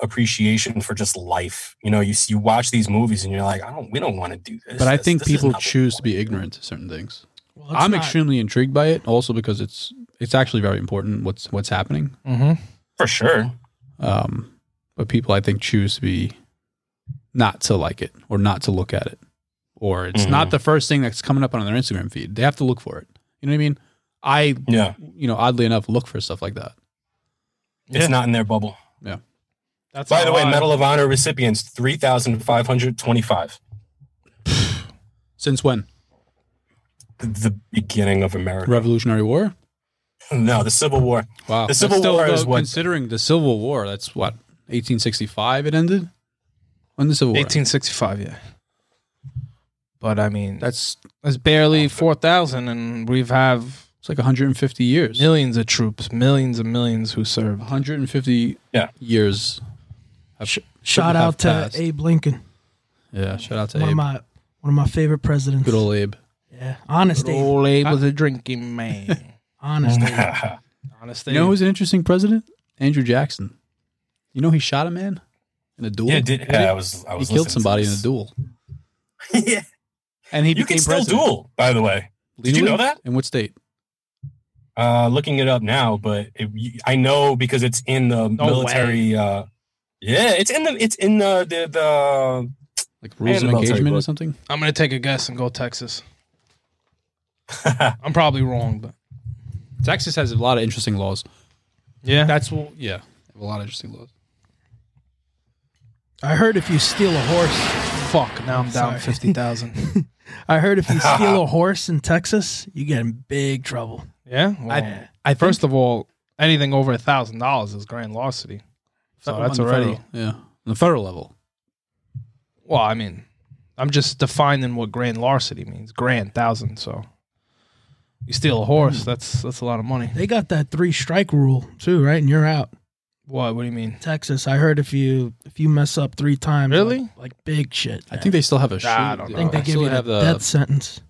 S2: appreciation for just life. You know, you s- you watch these movies and you're like, I don't, we don't want to do this.
S4: But I
S2: This-
S4: think
S2: this is
S4: people
S2: not what we
S4: choose to
S2: want.
S4: be ignorant to certain things.
S3: Well, it's
S4: I'm
S3: not-
S4: extremely intrigued by it, also because it's it's actually very important what's what's happening.
S1: Mm-hmm.
S2: for sure.
S4: Um, but people, I think, choose to be not to like it or not to look at it, or it's
S2: Mm-hmm.
S4: not the first thing that's coming up on their Instagram feed. They have to look for it. You know what I mean? I,
S2: Yeah,
S4: you know, oddly enough, look for stuff like that.
S2: it's not in their bubble.
S1: That's
S2: By the way,
S1: how I-
S2: Medal of Honor recipients three thousand five hundred twenty-five.
S4: Since when?
S2: The beginning of America.
S4: Revolutionary War?
S2: No, the Civil War.
S4: Wow.
S2: The Civil War is what-
S4: Considering the Civil War, that's what 1865 it ended. When the Civil War?
S1: 1865, yeah. But I mean, that's,
S4: That's
S1: barely 4,000, and we have
S4: it's like 150 years.
S1: millions of troops, millions and millions who served.
S4: 150
S2: Yeah.
S4: years. Have,
S3: Shout
S4: have
S3: out to
S4: passed.
S3: Abe Lincoln,
S4: Yeah, shout out to
S3: one of
S4: Abe.
S3: my one of my favorite presidents.
S4: Good old Abe.
S3: yeah, honest Abe,
S1: Old Abe was a drinking man.
S3: honest Abe.
S1: Honestly,
S4: You know who's an interesting president? Andrew Jackson. You know he shot a man in a duel.
S2: yeah, did, yeah, I was. I
S4: he
S2: was
S4: killed somebody in a duel,
S2: duel. yeah,
S4: and he
S2: you
S4: became
S2: can still
S4: president.
S2: duel. By the way, Did you
S4: Legally?
S2: know that?
S4: In what state?
S2: Uh, looking it up now, but it, I know because it's in the military. Uh, yeah, it's in the it's in the the, the
S4: Like rules
S2: And
S4: of
S2: about
S4: engagement or
S2: Tybrook.
S4: something?
S1: I'm gonna take a guess and go Texas. I'm probably wrong, but
S4: Texas has a lot of interesting laws.
S1: yeah,
S4: That's what. Yeah, they have a lot of interesting laws.
S3: I heard if you steal a horse.
S1: fuck. Now I'm down
S3: Sorry.
S1: fifty thousand.
S3: I heard if you steal a horse in Texas, you get in big trouble.
S1: yeah, well,
S3: I-
S1: first of all, anything over a thousand dollars is grand larceny. So that's
S4: On the
S1: already.
S4: federal- yeah on the federal level.
S1: Well, I mean, I'm just defining what grand larceny means. Grand thousand. So you steal a horse,
S4: Hmm.
S1: that's that's a lot of money.
S3: They got that three strike rule too, right? And you're out.
S1: What? What do you mean?
S3: Texas, I heard if you if you mess up three times,
S1: Really?
S3: like, like big shit.
S4: I think they still have a shoot.
S1: I don't
S3: I think
S1: know.
S3: they give
S4: still
S3: you a
S4: have the
S3: death sentence.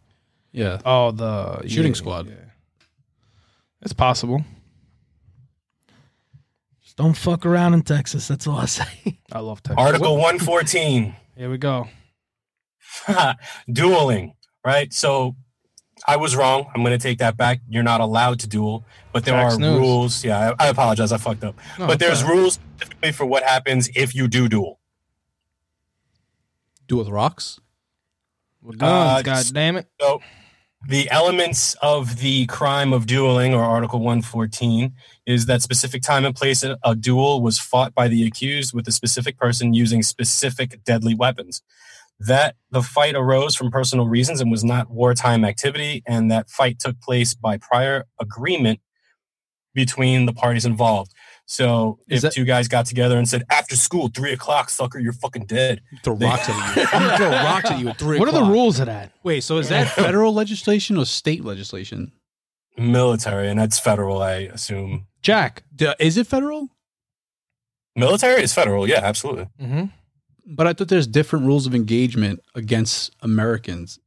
S4: yeah.
S1: Oh, the
S4: Shooting squad.
S1: It's possible.
S3: Just don't fuck around in Texas. That's all I say.
S1: I love Texas.
S2: Article one fourteen,
S1: Here we go.
S2: dueling. Right, so I was wrong. I'm going to take that back. You're not allowed to duel, but there
S1: Fox
S2: are
S1: News.
S2: rules. Yeah, I, I apologize. I fucked up.
S1: No,
S2: but
S1: it's
S2: there's
S1: all
S2: rules specifically for what happens if you do duel.
S4: Do with rocks.
S1: With guns,
S2: Uh,
S1: God damn it.
S2: So the elements of the crime of dueling or article 114 is that specific time and place a a duel was fought by the accused with a specific person using specific deadly weapons that the fight arose from personal reasons and was not wartime activity and that fight took place by prior agreement between the parties involved so
S4: Is
S2: if
S4: that-
S2: two guys got together and said after school three o'clock sucker you're fucking dead
S4: Throw rocks at you. I'm gonna throw rocks at you at three.
S1: What are the
S4: o'clock.
S1: rules of that?
S4: Wait, so is that federal legislation or state legislation?
S2: military and that's federal i assume
S1: Jack.
S4: D- Is it federal?
S2: military is federal yeah absolutely
S1: Mm-hmm.
S4: But I thought there's different rules of engagement against Americans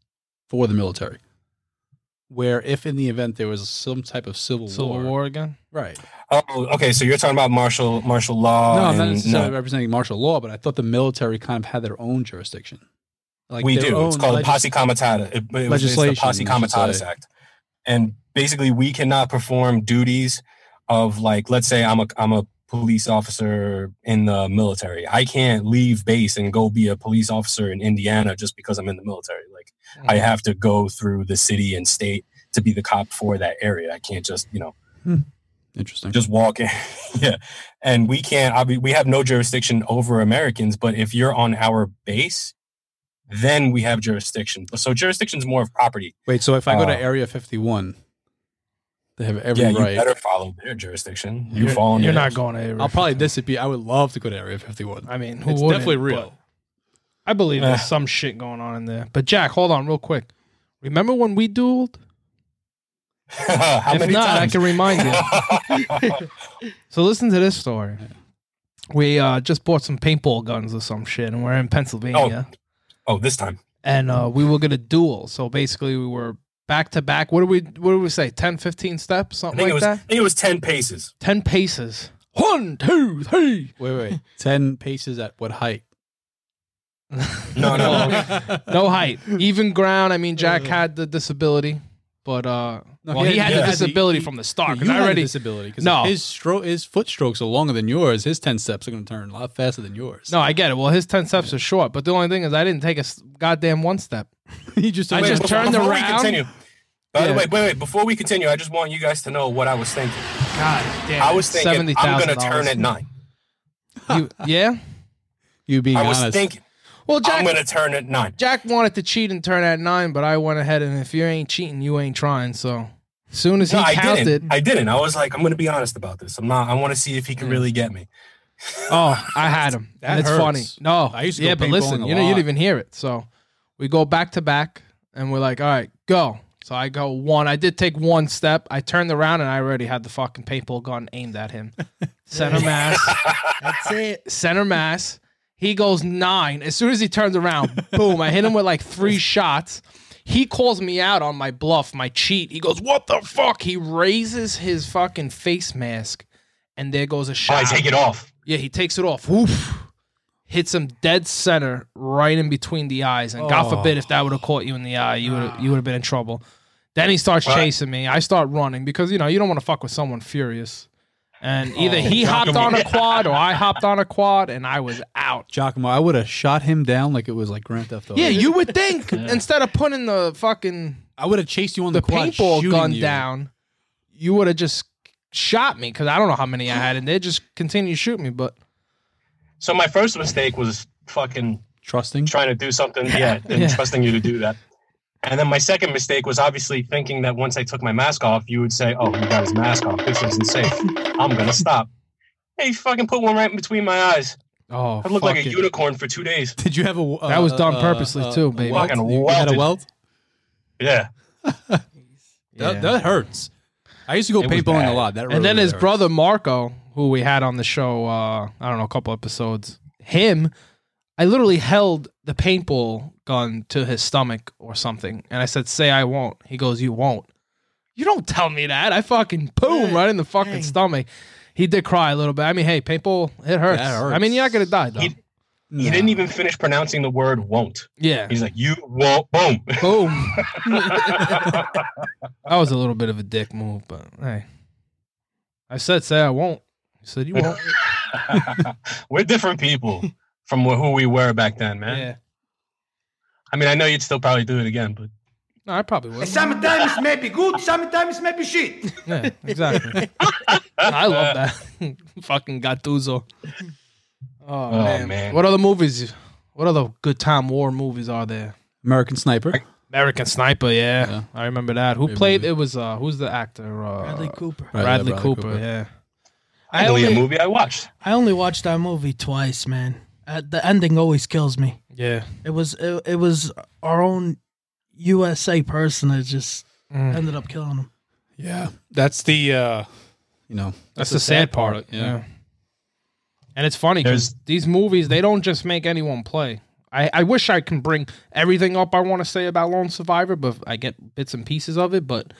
S4: for the military. Where if in the event there was some type of civil,
S1: Civil
S4: war,
S1: War. again.
S4: right?
S2: oh okay so you're talking about martial martial law
S4: no, I'm not
S2: Uh, and-
S4: necessarily
S2: no.
S4: representing martial law, but I thought the military kind of had their own jurisdiction. Like
S2: we
S4: their
S2: do. It's
S4: own
S2: called
S4: legis-
S2: posse comitatus. It, it was, it's the
S4: legislation,
S2: Posse
S4: we should
S2: Comitatus
S4: say.
S2: Act, and basically we cannot perform duties of like, let's say I'm a I'm a police officer in the military. I can't leave base and go be a police officer in Indiana just because I'm in the military. Like I
S1: Mm.
S4: Hmm.
S2: have to go through the city and state to be the cop for that area. I can't just you know
S4: Interesting.
S2: just walk in. yeah. And we can't, I mean, we have no jurisdiction over Americans, but if you're on our base, then we have jurisdiction. So jurisdiction's more of property.
S4: Wait, so if I go
S2: Uh,
S4: to Area 51, they have every
S2: yeah,
S4: right.
S2: you better follow their jurisdiction. You
S4: You're-
S2: fall under
S1: You're
S2: their-
S1: not going to. Area
S4: I'll probably
S1: 51.
S4: disappear. I would love to go to Area 51.
S1: I mean, who
S4: It's
S1: wouldn't,
S4: definitely
S1: but
S4: real.
S1: I believe
S2: Ugh.
S1: there's some shit going on in there. But Jack, hold on real quick. Remember when we dueled?
S2: How
S1: if
S2: many
S1: not,
S2: times?
S1: I can remind you. So listen to this story. We uh, just bought some paintball guns or some shit, and we're in Pennsylvania,
S2: oh, this time.
S1: and uh, we were gonna duel. So basically, we were back to back. What do we? What do we say? 10, 15 steps,
S2: I
S1: something
S2: think
S1: like
S2: it was I
S1: that.
S2: think it was ten paces.
S1: Ten paces. One, two, three.
S4: Wait, wait, wait. 10 paces at what height?
S2: No, no, no.
S1: Oh. No height, even ground. I mean, Jack had the disability, but uh,
S4: No,
S1: well, Uh. he had
S2: yeah.
S1: the disability
S4: He-
S1: from the start.
S4: you
S1: Because I
S4: had a
S1: already
S4: disability. 'cause
S1: No.
S4: if his stro- his foot strokes are longer than yours. His ten steps are going to turn a lot faster than yours.
S1: no, I get it. Well, his ten steps are short, but the only thing is, I didn't take a s- goddamn one step.
S4: he just.
S1: I
S2: Wait,
S1: just
S2: before-
S1: turned
S2: before
S1: around.
S2: We continue, by the
S1: Yeah.
S2: way, wait, wait. Before we continue, I just want you guys to know what I was thinking.
S1: God damn.
S2: I was thinking I'm going to turn at
S1: nine.
S2: nine.
S1: yeah.
S4: you being
S2: I was
S4: honest.
S2: thinking
S1: Well, Jack
S2: I'm going to turn at nine.
S1: Jack wanted to cheat and turn at nine, but I went ahead and if you ain't cheating, you ain't trying. So as soon as he
S2: No, I
S1: counted,
S2: didn't. I didn't. I was like, I'm going to be honest about this. I'm not. I want to see if he can
S1: Mm.
S2: really get me.
S1: oh, I had him.
S4: That
S1: and it's
S4: hurts.
S1: funny. No,
S4: I used to
S1: yeah,
S4: go
S1: but
S4: paintballing
S1: listen,
S4: a
S1: you know, you
S4: lot.
S1: didn't even hear it. So we go back to back, and we're like, all right, go. So I go one. I did take one step. I turned around and I already had the fucking paintball gun aimed at him. Center mass.
S3: That's it.
S1: center mass. He goes nine. As soon as he turns around, boom, I hit him with like three shots. He calls me out on my bluff, my cheat. He goes, What the fuck? He raises his fucking face mask, and there goes a
S2: Oh, I
S1: shot.
S2: take it off.
S1: Yeah, he takes it off. Woof. Hits him dead center, right in between the eyes. And God
S4: Oh.
S1: forbid if that would have caught you in the eye, you would you would have been in trouble. Then he starts
S2: Well, I-
S1: chasing me. I start running because you know you don't want to fuck with someone furious. And either he hopped on a quad or I hopped on a quad, and I was out.
S4: Giacomo, I would have shot him down like it was like Grand Theft Auto.
S1: Yeah, you would think instead of putting the fucking
S4: I would have chased you on the,
S1: the
S4: quad,
S1: paintball
S4: shooting
S1: gun
S4: you.
S1: down, you would have just shot me because I don't know how many I had, and they just continue to shoot me. But
S2: So my first mistake was fucking
S4: trusting.
S2: trying to do something. Yeah, and
S1: Yeah.
S2: trusting you to do that. And then my second mistake was obviously thinking that once I took my mask off, you would say, "Oh, he got his mask off. This isn't safe. I'm gonna stop." Hey, you fucking put one right in between my eyes.
S1: oh,
S2: I looked like a
S1: fucking-
S2: unicorn for two days.
S4: Did you have a? Uh,
S1: That was done
S4: uh,
S1: purposely
S4: uh,
S1: too,
S4: a
S1: baby.
S4: welt?
S2: Fucking
S4: You- you had a
S2: welted.
S4: welt.
S2: Yeah.
S1: Yeah.
S4: That, that hurts. I used to go
S2: It was
S4: paintballing a
S2: bad.
S4: lot. That really,
S1: and then
S4: really
S1: his
S4: hurts.
S1: brother Marco, who we had on the show, uh, I don't know, a couple episodes. Him, I literally held the paintball gun to his stomach or something, and I said, "Say I won't." He goes, "You won't." You don't tell me that. I fucking boom
S3: Yeah,
S1: right in the fucking
S3: dang.
S1: stomach. He did cry a little bit. I mean, hey, paintball, it hurts.
S4: That hurts.
S1: I mean, you're not gonna die though.
S2: He-
S4: No.
S2: He didn't even finish pronouncing the word "won't."
S1: yeah,
S2: He's like, "You won't." Boom.
S1: boom. that was a little bit of a dick move, but hey, I said, "Say I won't." He said, "You won't."
S2: We're different people from wh- who we were back then, man.
S1: yeah.
S2: I mean, I know you'd still probably do it again, but
S1: No, I probably would.
S5: And sometimes it may be good, sometimes it may be shit.
S1: Yeah, exactly. I love that. Fucking Gattuso. Oh, man.
S2: man.
S1: What other movies? What other good time war movies are there?
S4: American Sniper.
S1: American Sniper, yeah.
S4: Yeah.
S1: I remember that. Who
S4: Great
S1: played?
S4: movie.
S1: It was uh, who's the actor? Uh,
S3: Bradley
S1: Bradley,
S3: Cooper.
S4: Right, yeah, Bradley
S1: Cooper,
S4: Cooper.
S1: Yeah. I
S2: I only a
S1: only-
S2: movie I watched.
S3: I only watched that movie twice, man. Uh, the ending always kills me.
S1: Yeah.
S3: It was it, it was our own USA person that just
S1: Mm.
S3: ended up killing him.
S4: Yeah, that's the uh, you know
S1: That's, the, sad, part. Yeah. And it's funny because
S2: There's-
S1: these movies, they don't just make anyone play. I, I wish I can bring everything up I want to say about Lone Survivor, but I get bits and pieces of it. But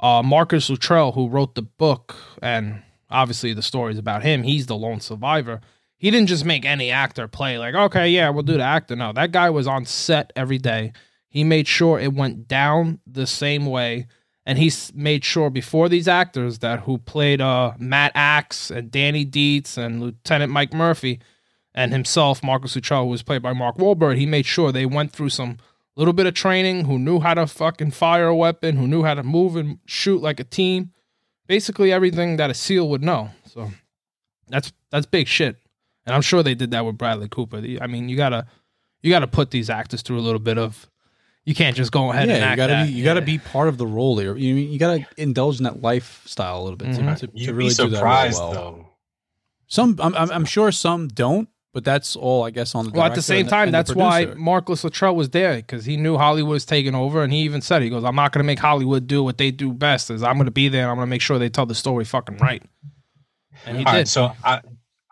S1: uh, Marcus Luttrell, who wrote the book, and obviously the stories about him, he's the lone survivor. He didn't just make any actor play, like, okay, yeah, we'll do the actor. No, that guy was on set every day. He made sure it went down the same way. And he s- made sure before these actors that who played uh, Matt Axe and Danny Dietz and Lieutenant Mike Murphy and himself, Marcus Luttrell, who was played by Mark Wahlberg, he made sure they went through some little bit of training, who knew how to fucking fire a weapon, who knew how to move and shoot like a team. Basically everything that a SEAL would know. So that's that's big shit. And I'm sure they did that with Bradley Cooper. The- I mean, you gotta you gotta put these actors through a little bit of you can't just go ahead and
S4: yeah.
S1: act
S4: You gotta
S1: that.
S4: be you
S1: Yeah.
S4: gotta be part of the role here. You you gotta indulge in that lifestyle a little bit to-
S1: Mhm.
S4: to, to,
S2: You'd
S4: really
S2: be
S4: do that really
S2: surprised
S4: well.
S2: though.
S4: Some I'm, I'm I'm sure some don't, but that's all I guess on the.
S1: Well, at
S4: director
S1: the same
S4: and
S1: time,
S4: and the
S1: that's why
S4: producer.
S1: Marcus Luttrell was there because he knew Hollywood was taking over, and he even said he goes, "I'm not going to make Hollywood do what they do best. Is I'm going to be there, and I'm going to make sure they tell the story fucking right." And he
S2: All
S1: did.
S2: right, so I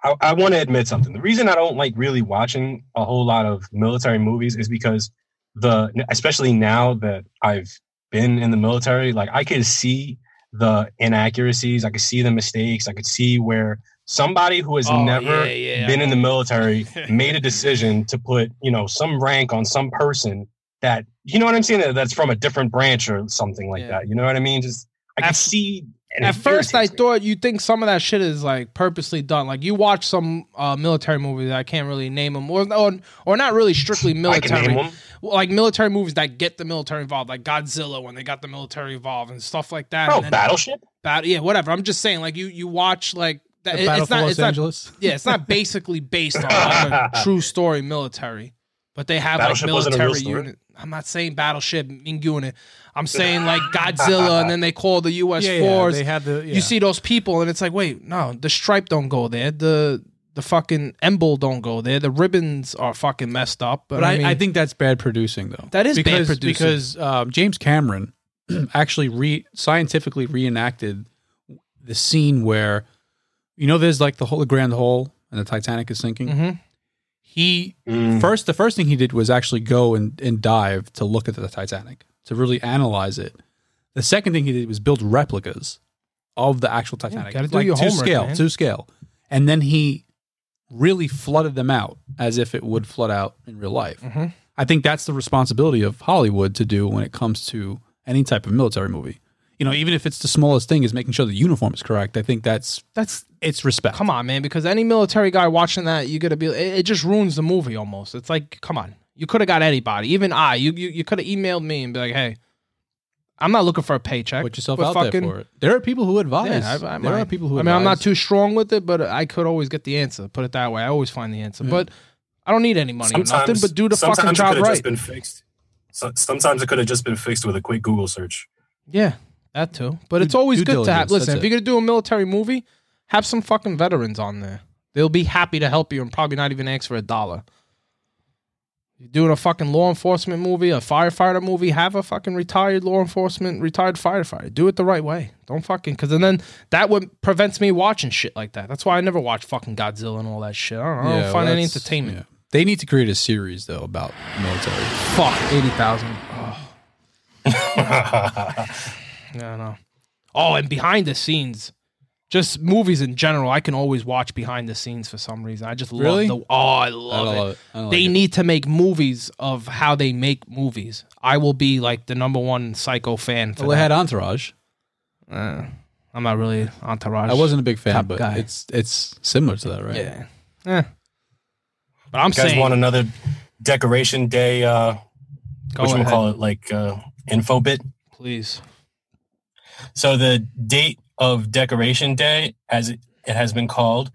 S2: I, I want to admit something. The reason I don't like really watching a whole lot of military movies is because the especially now that I've been in the military, like I could see the inaccuracies, I could see the mistakes, I could see where somebody who has
S1: Oh,
S2: never
S1: yeah, yeah.
S2: been in the military made a decision to put, you know, some rank on some person that you know what I'm saying that- that's from a different branch or something like
S1: Yeah.
S2: that. You know what I mean? Just I could
S1: At-
S2: see and
S1: At
S2: it
S1: first, I
S2: irritates me.
S1: thought you think some of that shit is like purposely done. Like you watch some uh, military movies, I can't really name them, or or, or not really strictly
S2: I can
S1: military.
S2: name 'em.
S1: Well, like military movies that get the military involved, like Godzilla when they got the military involved and stuff like that.
S2: Oh,
S1: and then-
S2: Battleship.
S1: Bat- yeah, whatever. I'm just saying, like you you watch like that.
S4: The
S1: it-
S4: Battle
S1: it's
S4: for
S1: not.
S4: Los
S1: it's not
S4: Angeles.
S1: yeah, it's not basically based on like a true story military, but they have
S2: Battleship
S1: like
S2: wasn't a real
S1: military
S2: story.
S1: unit. I'm not saying battleship mean unit. I'm saying like Godzilla, and then they call the U.S.
S4: yeah, yeah,
S1: force.
S4: they have the yeah.
S1: You see those people, and it's like, wait, no, the stripe don't go there. The the fucking emblem don't go there. The ribbons are fucking messed up. But,
S4: But I,
S1: mean,
S4: I, think that's bad producing, though.
S1: That is bad
S4: because,
S1: producing.
S4: because um, James Cameron actually re- scientifically reenacted the scene where you know there's like the whole the Grand Hole and the Titanic is sinking.
S1: Mhm.
S4: He
S1: Mm.
S2: Mm.
S4: first the first thing he did was actually go and, and dive to look at the Titanic to really analyze it. The second thing he did was build replicas of the actual Titanic,
S1: gotta do
S4: like
S1: your
S4: to
S1: homework,
S4: scale,
S1: man.
S4: to scale, and then he really flooded them out as if it would flood out in real life.
S1: Mhm.
S4: I think that's the responsibility of Hollywood to do when it comes to any type of military movie. You know, even if it's the smallest thing, is making sure the uniform is correct. I think that's
S1: that's
S4: it's respect.
S1: come on, man. Because any military guy watching that, you gotta be. It, it just ruins the movie almost. It's like, come on, you could have got anybody, even I. You you, you could have emailed me and be like, hey, I'm not looking for a paycheck.
S4: put yourself
S1: but
S4: out there for it. There are people who advise.
S1: Yeah, I, I
S4: there are
S1: might.
S4: people who.
S1: I mean, I'm not
S4: advise.
S1: too strong with it, but I could always get the answer. Put it that way, I always find the answer. But I don't need any money or nothing. But do the fucking
S2: sometimes it
S1: job
S2: could have
S1: right.
S2: Just been fixed. So, sometimes it could have just been fixed with a quick Google search.
S1: Yeah, that too. But it's always
S4: due
S1: good to have.
S4: diligence,
S1: Listen,
S4: that's
S1: if you're gonna do a military movie, have some fucking veterans on there. They'll be happy to help you and probably not even ask for a dollar. You're doing a fucking law enforcement movie, a firefighter movie. Have a fucking retired law enforcement, retired firefighter. Do it the right way. Don't fucking because and then that would prevents me watching shit like that. That's why I never watch fucking Godzilla and all that shit. I don't, know. I don't
S4: Yeah,
S1: find
S4: well,
S1: any
S4: that's-
S1: entertainment.
S4: yeah. They need to create a series though about military.
S1: Fuck eighty thousand. No, no. Oh, and behind the scenes, just movies in general. I can always watch behind the scenes for some reason. I just
S4: Really?
S1: love the. Oh, I
S4: I
S1: love
S4: don't
S1: it.
S4: love it. I don't
S1: they
S4: like it.
S1: need to make movies of how they make movies. I will be like the number one psycho fan for
S4: Well, they
S1: that.
S4: had Entourage.
S1: Uh, I'm not really entourage.
S4: I wasn't a big fan,
S1: Top
S4: but
S1: Guy.
S4: it's it's similar to that, right?
S1: Yeah. Eh. But I'm
S2: You guys
S1: saying,
S2: want another decoration day? Uh,
S1: go
S2: what
S1: ahead.
S2: call it? Like uh, info bit.
S1: Please.
S2: So the date of Decoration Day, as it, it has been called,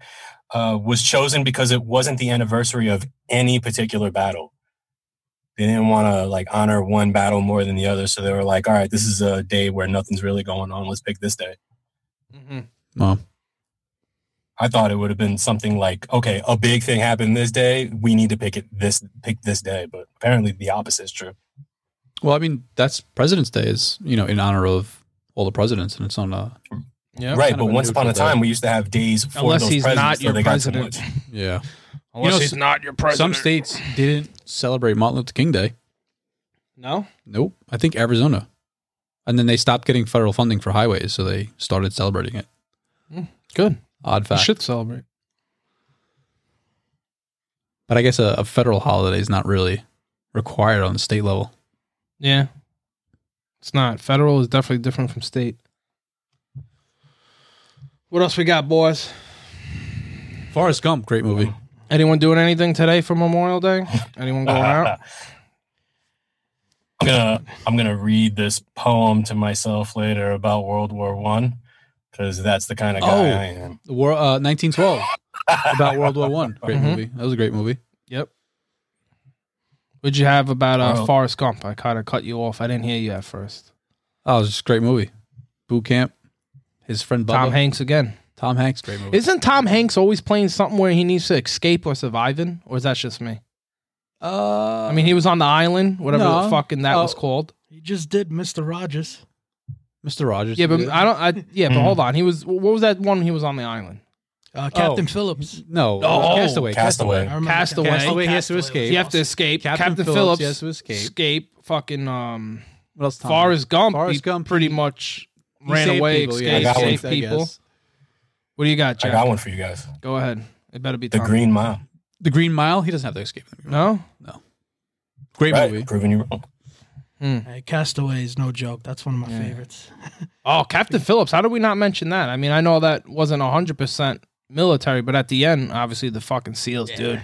S2: uh, was chosen because it wasn't the anniversary of any particular battle. They didn't want to like honor one battle more than the other, so they were like, "All right, this is a day where nothing's really going on. Let's pick this day."
S1: Mm-hmm.
S4: Well,
S2: I thought it would have been something like, "Okay, a big thing happened this day. We need to pick it this pick this day." But apparently, the opposite is true.
S4: well, I mean, that's President's Day is you know in honor of all the presidents, and it's on a
S1: Yeah.
S2: right,
S4: kind
S2: but
S4: of a
S2: once upon a
S4: neutral day.
S2: time, we used to have days for
S1: Unless
S2: those
S1: he's
S2: presidents,
S1: not
S2: so
S1: your
S2: they got too
S1: president.
S2: much.
S4: yeah.
S1: Unless
S4: You know,
S1: he's
S4: s-
S1: not your president.
S4: Some states didn't celebrate Martin Luther King Day.
S1: No.
S4: Nope, I think Arizona, and then they stopped getting federal funding for highways, so they started celebrating it.
S1: Good.
S4: Odd
S1: You
S4: fact,
S1: should celebrate.
S4: but I guess a, a federal holiday is not really required on the state level.
S1: Yeah. It's not. Federal is definitely different from state. What else we got, boys?
S4: Forrest Gump, great movie.
S1: Anyone doing anything today for Memorial Day? Anyone going out?
S2: I'm gonna I'm gonna read this poem to myself later about World War One because that's the kind of guy
S4: Oh.
S2: I am.
S4: The war, uh, 1912, about World War One. Great
S1: Mhm.
S4: movie. That was a great movie.
S1: Yep. What'd you have about uh,
S2: Oh.
S1: Forrest Gump? I kind of cut you off. I didn't hear you at first.
S4: Oh, it was just a great movie. Boot camp. His friend Bubba.
S1: Tom Hanks again.
S4: Tom Hanks, great movie.
S1: Isn't Tom Hanks always playing something where he needs to escape or surviving? Or is that just me?
S4: uh,
S1: I mean, he was on the island, whatever
S4: No.
S1: the fucking that
S4: Oh.
S1: was called.
S3: You just did Mr. Rogers.
S4: Mr. Rogers.
S1: Yeah, but I don't. I, yeah,
S4: Mm-hmm.
S1: but hold on. He was. What was that one? He was on the island.
S3: Uh, Captain Phillips.
S4: no. it was
S1: Oh,
S4: Castaway.
S2: Castaway.
S3: I remember
S1: Castaway.
S3: Captain-
S4: Castaway, he has to
S3: Castaway
S4: escape.
S3: was
S1: You have to
S3: awesome.
S1: escape. Captain,
S4: Captain
S1: Phillips,
S4: Phillips, he has to escape.
S1: Fucking um,
S4: What else? Tom
S1: Forrest Gump.
S4: Forrest
S1: he
S4: Gump,
S1: pretty much
S4: Hanks? He
S1: ran
S4: saved
S1: away,
S4: people, yeah,
S1: escaped,
S2: I got
S1: saved
S4: I
S1: people.
S4: guess.
S1: What do you got,
S2: I
S1: Jack?
S2: got one for you guys.
S1: Go ahead. It better be
S2: The
S1: Tom.
S2: Green Mile.
S4: The Green Mile. He doesn't have to escape. The Green Mile.
S1: No,
S4: Great
S2: Right,
S4: movie.
S2: proving you wrong.
S3: Hey, Castaway is no joke. That's one of my favorites.
S1: Oh, Captain Phillips. How did we not mention that? I mean, I know that wasn't 100% military, but at the end, obviously, the fucking SEALs, dude.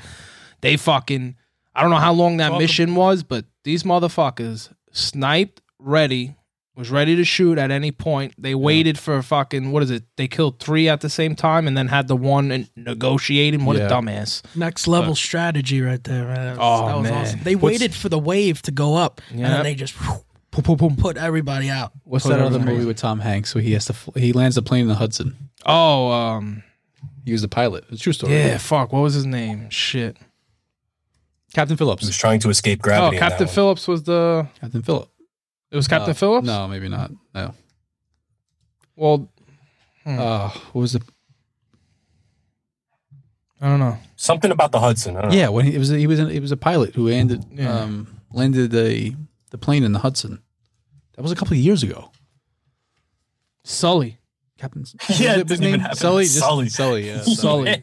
S1: They fucking, I don't know how long that
S3: Fuck 'em.
S1: mission was, but these motherfuckers sniped, ready, was ready to shoot at any point. They waited for fucking, what is it? They killed three at the same time and then had the one and negotiating. What
S4: Yeah.
S1: a dumbass.
S3: Next level strategy right there. Man. That was,
S1: Oh,
S3: that was
S1: man.
S3: awesome. They waited for the wave to go up, and
S1: Yep.
S3: then they just whew, put everybody out.
S4: What's
S1: Totally
S4: that other
S1: amazing.
S4: movie with Tom Hanks where he has to fl- he lands the plane in the Hudson?
S1: Oh, um,
S4: He was the pilot. It's a true story.
S1: yeah, fuck. What was his name? Shit.
S4: Captain Phillips.
S2: Who's trying to escape
S1: Oh,
S2: gravity? in that
S1: Captain
S2: one.
S1: Phillips was the,
S4: Captain Phillips. Uh,
S1: it was Captain Phillips?
S4: No, maybe not. No.
S1: Well, Mm.
S4: Uh, what was the?
S1: I don't know.
S2: Something about the Hudson. I don't know.
S4: Yeah, when he it was he was an, it was a pilot who landed
S1: Uh, Yeah.
S4: um, landed the the plane in the Hudson. That was a couple of years ago.
S1: Sully.
S4: Captain.
S2: Yeah, it
S4: what was his
S2: didn't even
S4: name?
S2: happen.
S4: Sully. Just,
S2: Sully.
S4: Sully. Sully. Yeah.
S1: Sully.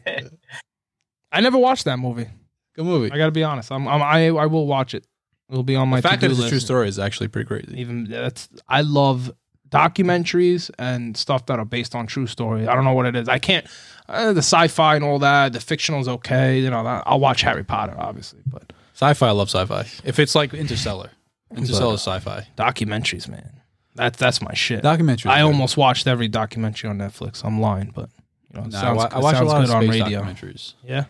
S1: I never watched that movie.
S4: Good movie.
S1: I got to be honest. I'm, I'm I I will watch it. It'll be on my
S4: The fact
S1: to-do
S4: that it's a
S1: list.
S4: true story is actually pretty crazy.
S1: Even that's I love documentaries and stuff that are based on true story. I don't know what it is. I can't uh, the sci-fi and all that. The fictional's okay. You know, that- I'll watch Harry Potter obviously, but
S4: Sci-fi. I love sci-fi. If it's like Interstellar, Interstellar sci-fi
S1: documentaries, man. That's that's my shit.
S4: documentary.
S1: I almost watched every documentary on Netflix. I'm lying, but you know, it
S4: No,
S1: sounds,
S4: I, wa- I watch a
S1: sounds
S4: lot
S1: good
S4: of space
S1: on radio.
S4: documentaries.
S1: Yeah.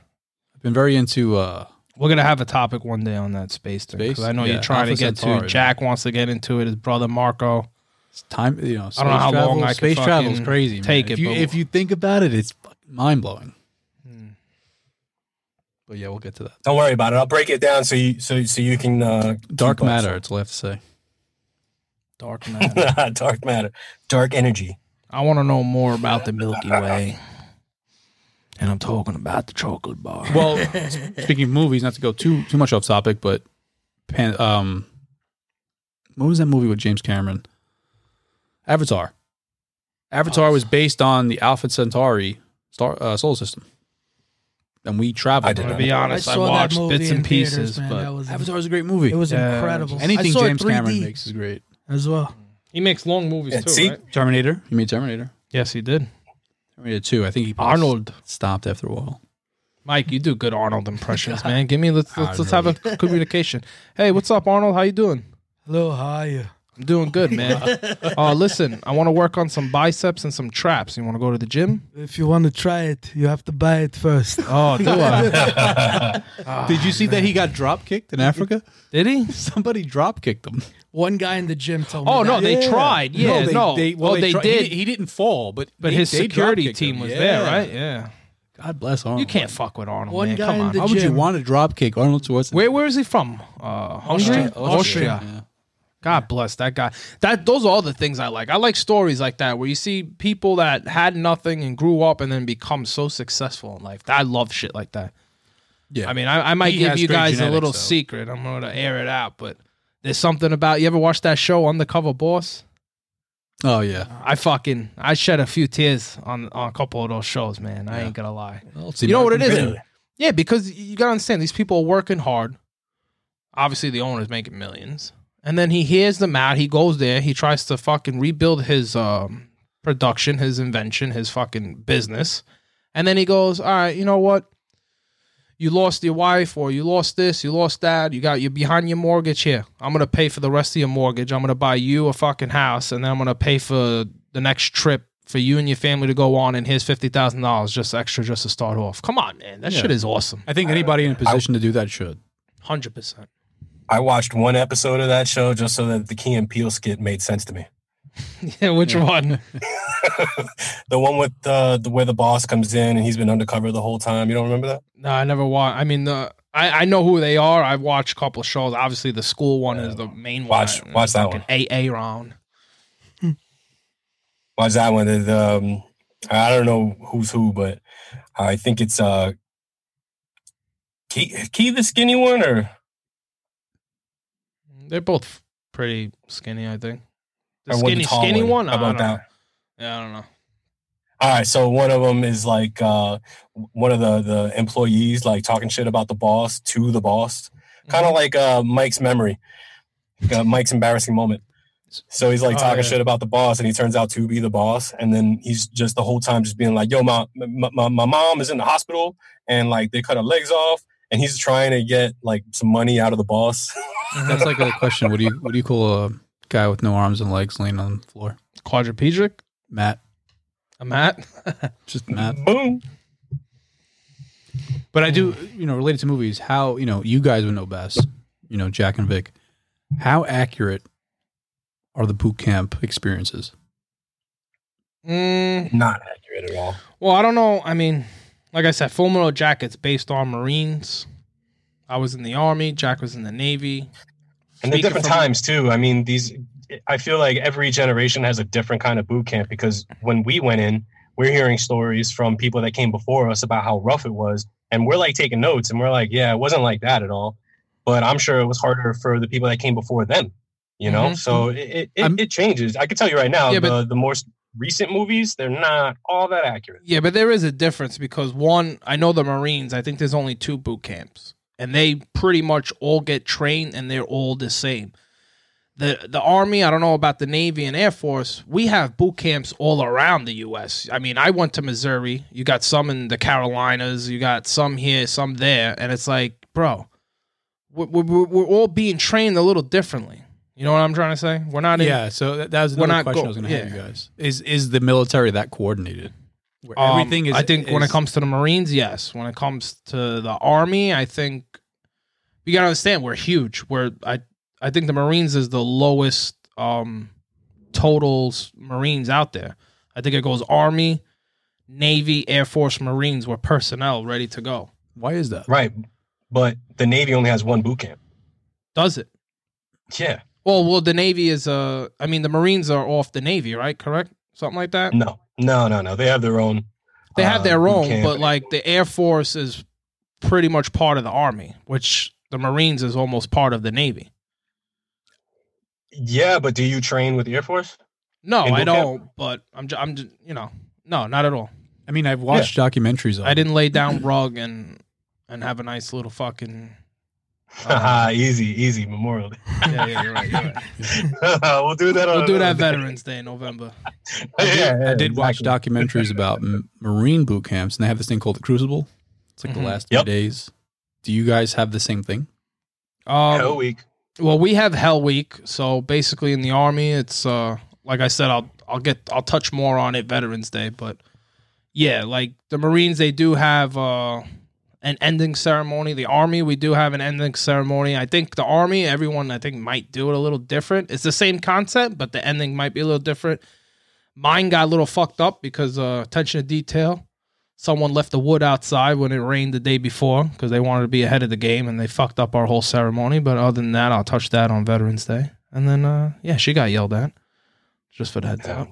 S4: I've been very into. uh
S1: We're gonna have a topic one day on that space thing because
S4: Space?
S1: I know
S4: Yeah,
S1: you're trying to
S4: Alpha
S1: get
S4: Centauri,
S1: to.
S4: man.
S1: Jack wants to get into it. His brother Marco.
S4: It's time, you know, space
S1: I don't know how
S4: travel,
S1: long I could
S4: space travel is
S1: fucking
S4: crazy. man.
S1: take
S4: If
S1: it,
S4: you,
S1: but- Hmm.
S4: if you think about it, it's mind blowing. But yeah, we'll get to that.
S2: Don't worry about it. I'll break it down so you so so you can uh,
S4: Dark
S2: keep up.
S4: matter. It's all I have to say.
S1: Dark matter.
S2: dark matter. Dark energy.
S1: I want to know more about the Milky Way, and I'm talking about the chocolate bar.
S4: Well, speaking of movies, not to go too too much off topic, but pan, um, what was that movie with James Cameron? Avatar. Avatar was based on the Alpha Centauri star uh, solar system, and we traveled.
S2: I did
S1: I'm gonna
S2: not.
S1: be honest. I, watched bits
S3: in
S1: and
S3: theaters,
S1: pieces,
S3: man.
S1: but
S3: That was,
S4: Avatar is a great movie.
S3: it was
S1: Yeah.
S3: incredible. I
S4: Anything
S3: saw it
S4: James Cameron
S3: 3D
S4: makes is great.
S3: as well.
S1: he makes long movies
S2: Yeah,
S1: too,
S2: see?
S1: right?
S4: Terminator. You mean Terminator?
S1: Yes, he did.
S4: Terminator Two. I think he
S1: Arnold,
S4: stopped after a while.
S1: Mike, you do good Arnold impressions, man. Give me let's let's, let's have a communication. Hey, what's up, Arnold? How you doing?
S3: Hello, how are you?
S1: I'm doing good, man. uh, listen, I want to work on some biceps and some traps. You want to go to the gym?
S3: If you want to try it, you have to buy it first.
S1: Oh, do I?
S4: Did you see that he got drop kicked in Africa?
S1: Did he?
S4: Somebody drop kicked him.
S3: One guy in the gym told me.
S1: Oh no,
S3: that.
S1: they tried. Yeah, no,
S4: they, They, well,
S1: oh,
S4: they,
S1: they,
S4: tri- he-
S1: did.
S4: He, didn't fall, but
S1: but
S4: they-
S1: his
S4: they
S1: security
S4: drop-kicked
S1: team
S4: him.
S1: was
S4: Yeah.
S1: there, right? Yeah.
S4: God bless Arnold.
S1: You can't fuck with Arnold,
S3: One
S1: man.
S3: guy
S1: Come
S3: in
S1: on.
S3: the
S4: Why would you
S3: Jim.
S4: want to drop kick Arnold Schwarzenegger?
S1: Where where is he from? Uh, Hungary, Austria.
S4: Yeah.
S1: God bless that guy. That those are all the things I like. I like stories like that where you see people that had nothing and grew up and then become so successful in life. I love shit like that.
S4: Yeah.
S1: I mean, I, I might
S4: He
S1: give
S4: has
S1: you
S4: great
S1: guys a
S4: genetics,
S1: little
S4: though.
S1: secret. I'm gonna air it out, but there's something about you ever watch that show Undercover Boss?
S4: oh yeah.
S1: I fucking I shed a few tears on on a couple of those shows, man. I ain't gonna lie.
S4: Well, it's
S1: you know what it
S4: American
S1: is?
S2: Really?
S1: Yeah, because you gotta understand these people are working hard. Obviously, the owner's making millions, and then he hears them out. He goes there. He tries to fucking rebuild his um, production, his invention, his fucking business, and then he goes, "All right, you know what? You lost your wife, or you lost this, you lost that. You got you're behind your mortgage here. I'm gonna pay for the rest of your mortgage. I'm gonna buy you a fucking house, and then I'm gonna pay for the next trip." For you and your family to go on, and here's fifty thousand dollars just extra just to start off. Come on, man, that
S4: Yeah.
S1: shit is awesome.
S4: I think anybody in a position to do that should.
S1: Hundred percent.
S2: I watched one episode of that show just so that the Key and Peele skit made sense to me.
S1: Yeah, which one?
S2: The one with uh, the where the boss comes in and he's been undercover the whole time. You don't remember that?
S1: No, I never watched. I mean, the I, I know who they are. I've watched a couple shows. Obviously, the school one is the main
S2: Watch-
S1: one.
S2: watch that
S1: Fucking AA round.
S2: Watch that one. The- the, um, I don't know who's who, but I think it's uh, Key, Key the skinny one or
S1: Mm, They're both pretty skinny. I think the
S2: I want the
S1: skinny
S2: tall
S1: skinny
S2: one.
S1: one.
S2: How
S1: I
S2: about
S1: don't know.
S2: that?
S1: Yeah, I don't know.
S2: All right, so one of them is like uh, w- one of the the employees, like talking shit about the boss to the boss, kind of
S1: Mm-hmm.
S2: like uh, Mike's memory, uh, Mike's embarrassing moment. So he's like
S1: Oh,
S2: talking
S1: yeah.
S2: shit about the boss, and he turns out to be the boss, and then he's just the whole time just being like, "Yo, my my, my my mom is in the hospital, and like they cut her legs off." And he's trying to get like some money out of the boss.
S4: That's like a question. What do you what do you call a guy with no arms and legs laying on the floor?
S1: Mm-hmm. Quadriplegic.
S4: Matt.
S1: I'm at.
S4: Just Matt.
S2: Boom.
S4: But I do, you know, related to movies, how, you know, you guys would know best, you know, Jack and Vic, how accurate are the boot camp experiences?
S1: Mm,
S2: Not accurate at all.
S1: Well, I don't know. I mean, like I said, Full Metal Jacket's based on Marines. I was in the Army. Jack was in the Navy.
S2: And they're
S1: Speaking
S2: different
S1: from-
S2: times too. I mean, these. I feel like every generation has a different kind of boot camp because when we went in, we're hearing stories from people that came before us about how rough it was, and we're like taking notes, and we're like, yeah, it wasn't like that at all. But I'm sure it was harder for the people that came before them. You know,
S1: Mhm.
S2: so it it,
S4: I'm-
S2: it changes. I can tell you right now,
S1: Yeah, but-
S2: the the most recent movies, they're not all that accurate.
S1: Yeah, but there is a difference because one, I know the Marines. I think there's only two boot camps, and they pretty much all get trained, and they're all the same. the The Army, I don't know about the Navy and Air Force. We have boot camps all around the U.S. I mean, I went to Missouri. You got some in the Carolinas. You got some here, some there, and it's like, bro, we're, we're, we're all being trained a little differently. You know what I'm trying to say? We're not in
S4: yeah, so that, that was
S1: We're
S4: another
S1: not
S4: question
S1: go-
S4: I was going to have
S1: yeah.
S4: you guys. Is is the military that coordinated? Where
S1: Um,
S4: everything is
S1: I think when it
S4: is-
S1: comes to the Marines, yes. When it comes to the Army, I think you gotta understand we're huge. We're I I think the Marines is the lowest um totals Marines out there. I think it goes Army, Navy, Air Force, Marines were personnel ready to go.
S4: Why is that?
S2: Right, but the Navy only has one boot camp.
S1: Does it?
S2: Yeah,
S1: Well, well, the Navy is uh I mean the Marines are off the Navy, right? Correct? Something like that.
S2: no, no, no, no. They have their own.
S1: They have
S2: uh,
S1: their
S2: boot
S1: own,
S2: camp.
S1: but like the Air Force is pretty much part of the Army, which the Marines is almost part of the Navy.
S2: yeah, but do you train with the Air Force?
S1: No,
S2: In
S1: I
S2: boot camp?
S1: don't. But I'm, ju- I'm, ju- you know, no, not at all.
S4: I mean, I've watched documentaries on
S1: I didn't lay down rug and and have a nice little fucking. uh, Uh-huh.
S2: Haha, easy, easy. Memorial Day.
S1: Yeah, yeah, you're right. You're right.
S2: we'll do that.
S1: We'll
S2: on
S1: do that
S2: another day.
S1: Veterans Day in November.
S4: I did,
S2: Yeah, yeah,
S4: I did watch
S2: exactly.
S4: documentaries about m- Marine boot camps, and they have this thing called the Crucible. It's like
S1: Mhm.
S4: the last
S2: Yep.
S4: three days. Do you guys have the same thing?
S1: Um,
S2: Hell Week.
S1: Well, we have Hell Week, so basically in the army, it's uh like I said, I'll I'll get I'll touch more on it Veterans Day, but yeah, like the Marines, they do have uh an ending ceremony. The Army, we do have an ending ceremony. I think the Army, everyone I think might do it a little different. It's the same concept, but the ending might be a little different. Mine got a little fucked up because uh, attention to detail. Someone left the wood outside when it rained the day before because they wanted to be ahead of the game and they fucked up our whole ceremony. But other than that, I'll touch that on Veterans Day. And then, uh, yeah, she got yelled at just for the heads
S2: Yeah.
S1: up.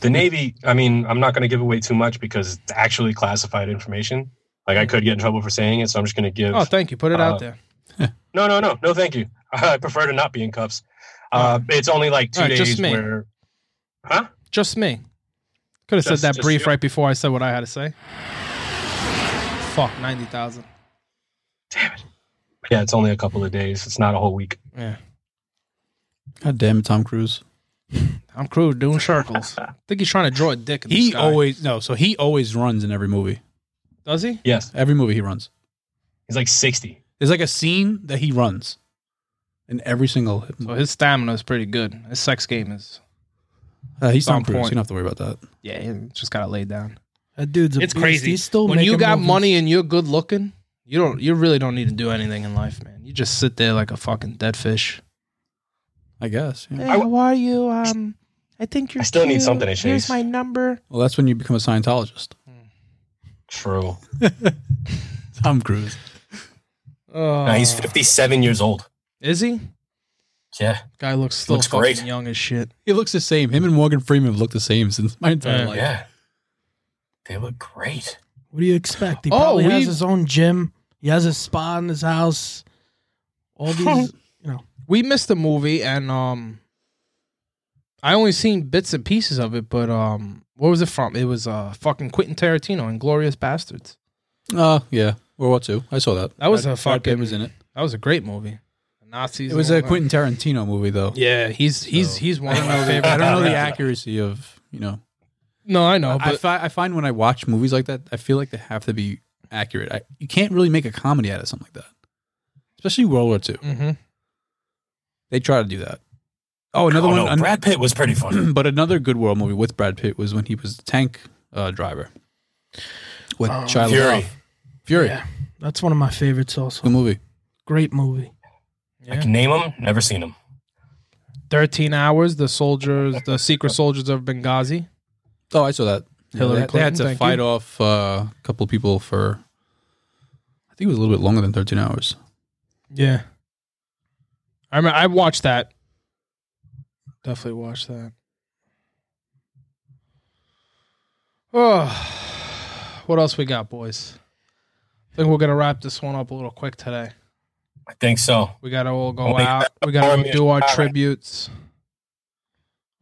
S2: The Navy, I mean, I'm not going to give away too much because it's actually classified information. Like I could get in trouble for saying it, so I'm just going to give.
S1: Mm. Oh, thank you. Put it
S2: Uh,
S1: out there.
S2: no, no, no, no, thank you. I prefer to not be in cuffs. Uh, it's only like two
S1: Oh. All right,
S2: days
S1: just me.
S2: where, huh?
S1: Just me. Could have
S2: Just-
S1: said that
S2: just
S1: brief
S2: you.
S1: right before I said what I had to say. Fuck, 90,000.
S2: Yeah, it's only a couple of days. It's not a whole week.
S1: Yeah.
S4: God damn it, Tom Cruise.
S1: I'm crude, doing circles. I think he's trying to draw a dick in the
S4: He
S1: sky.
S4: always no, so he always runs in every movie.
S1: Does he?
S2: Yes,
S4: Every movie he runs.
S2: he's like 60.
S4: There's like a scene that he runs in every single.
S1: So his stamina is pretty good. His sex game is.
S4: Uh, he's Tom
S1: on
S4: Cruise.
S1: point.
S4: You don't have to worry about that.
S1: Yeah, he just got it laid down.
S3: That dude's a
S1: It's
S3: beast.
S1: crazy.
S3: He's still
S1: when you
S3: making
S1: got
S3: movies.
S1: money and you're good looking, you don't. You really don't need to do anything in life, man. You just sit there like a fucking dead fish.
S4: I guess. Yeah.
S2: I w-
S1: how are you? Um, I think you're.
S2: I still need something to chase.
S1: number.
S4: Well, that's when you become a Scientologist.
S2: True.
S4: Tom Cruise.
S1: Oh,
S2: Nah, he's 57 years old.
S1: Is he?
S2: Yeah.
S1: Guy looks still
S2: Looks
S1: fucking
S2: great.
S1: young as shit.
S4: He looks the same. Him and Morgan Freeman have looked the same since my entire
S1: Yeah.
S4: life.
S2: Yeah. They look great.
S3: What do you expect? He
S1: Oh,
S3: probably has
S1: we-
S3: his own gym. He has his spa in his house. All these, you know.
S1: we missed the movie and um I only seen bits and pieces of it, but um what was it from? It was uh fucking Quentin Tarantino and Glorious Bastards.
S4: Uh, yeah. World War Two. I saw that.
S1: That was
S4: Brad-
S1: a
S4: Brad Pitt
S1: fucking-
S4: was in it.
S1: That was a great movie. The Nazis.
S4: It was
S1: and
S4: a
S1: all that.
S4: Quentin Tarantino movie, though.
S1: Yeah, he's he's he's one of
S4: I don't
S1: my
S4: know the,
S1: favorite.
S4: I don't know the
S2: Yeah.
S4: accuracy of you know.
S1: No, I know,
S4: I,
S1: but
S4: fi- I find when I watch movies like that, I feel like they have to be accurate. I, you can't really make a comedy out of something like that, especially World War Two.
S1: Mhm.
S4: They try to do that. Oh, another
S2: Oh,
S4: one.
S2: no,
S4: an-
S2: Brad Pitt was pretty funny.
S4: but another good world movie with Brad Pitt was when he was the tank uh, driver with
S3: Oh,
S4: Shia
S2: Fury.
S4: LaBeouf. Fury,
S3: Yeah. That's one of my favorites also.
S4: good movie.
S3: Great movie.
S2: I can name him. Never seen him.
S1: thirteen hours, the soldiers the secret soldiers of Benghazi.
S4: Oh, I saw that.
S1: Hillary
S4: they, they had
S1: Clinton,
S4: to
S1: thank
S4: fight
S1: you.
S4: off uh, a couple people for. I think it was a little bit longer than thirteen hours.
S1: Yeah. I mean I watched that. Definitely watched that. Oh, what else we got, boys? I think we're gonna wrap this one up a little quick today.
S2: I think so.
S1: We gotta all go
S2: Only-
S1: out. We gotta
S2: Army
S1: do our
S2: is power.
S1: tributes.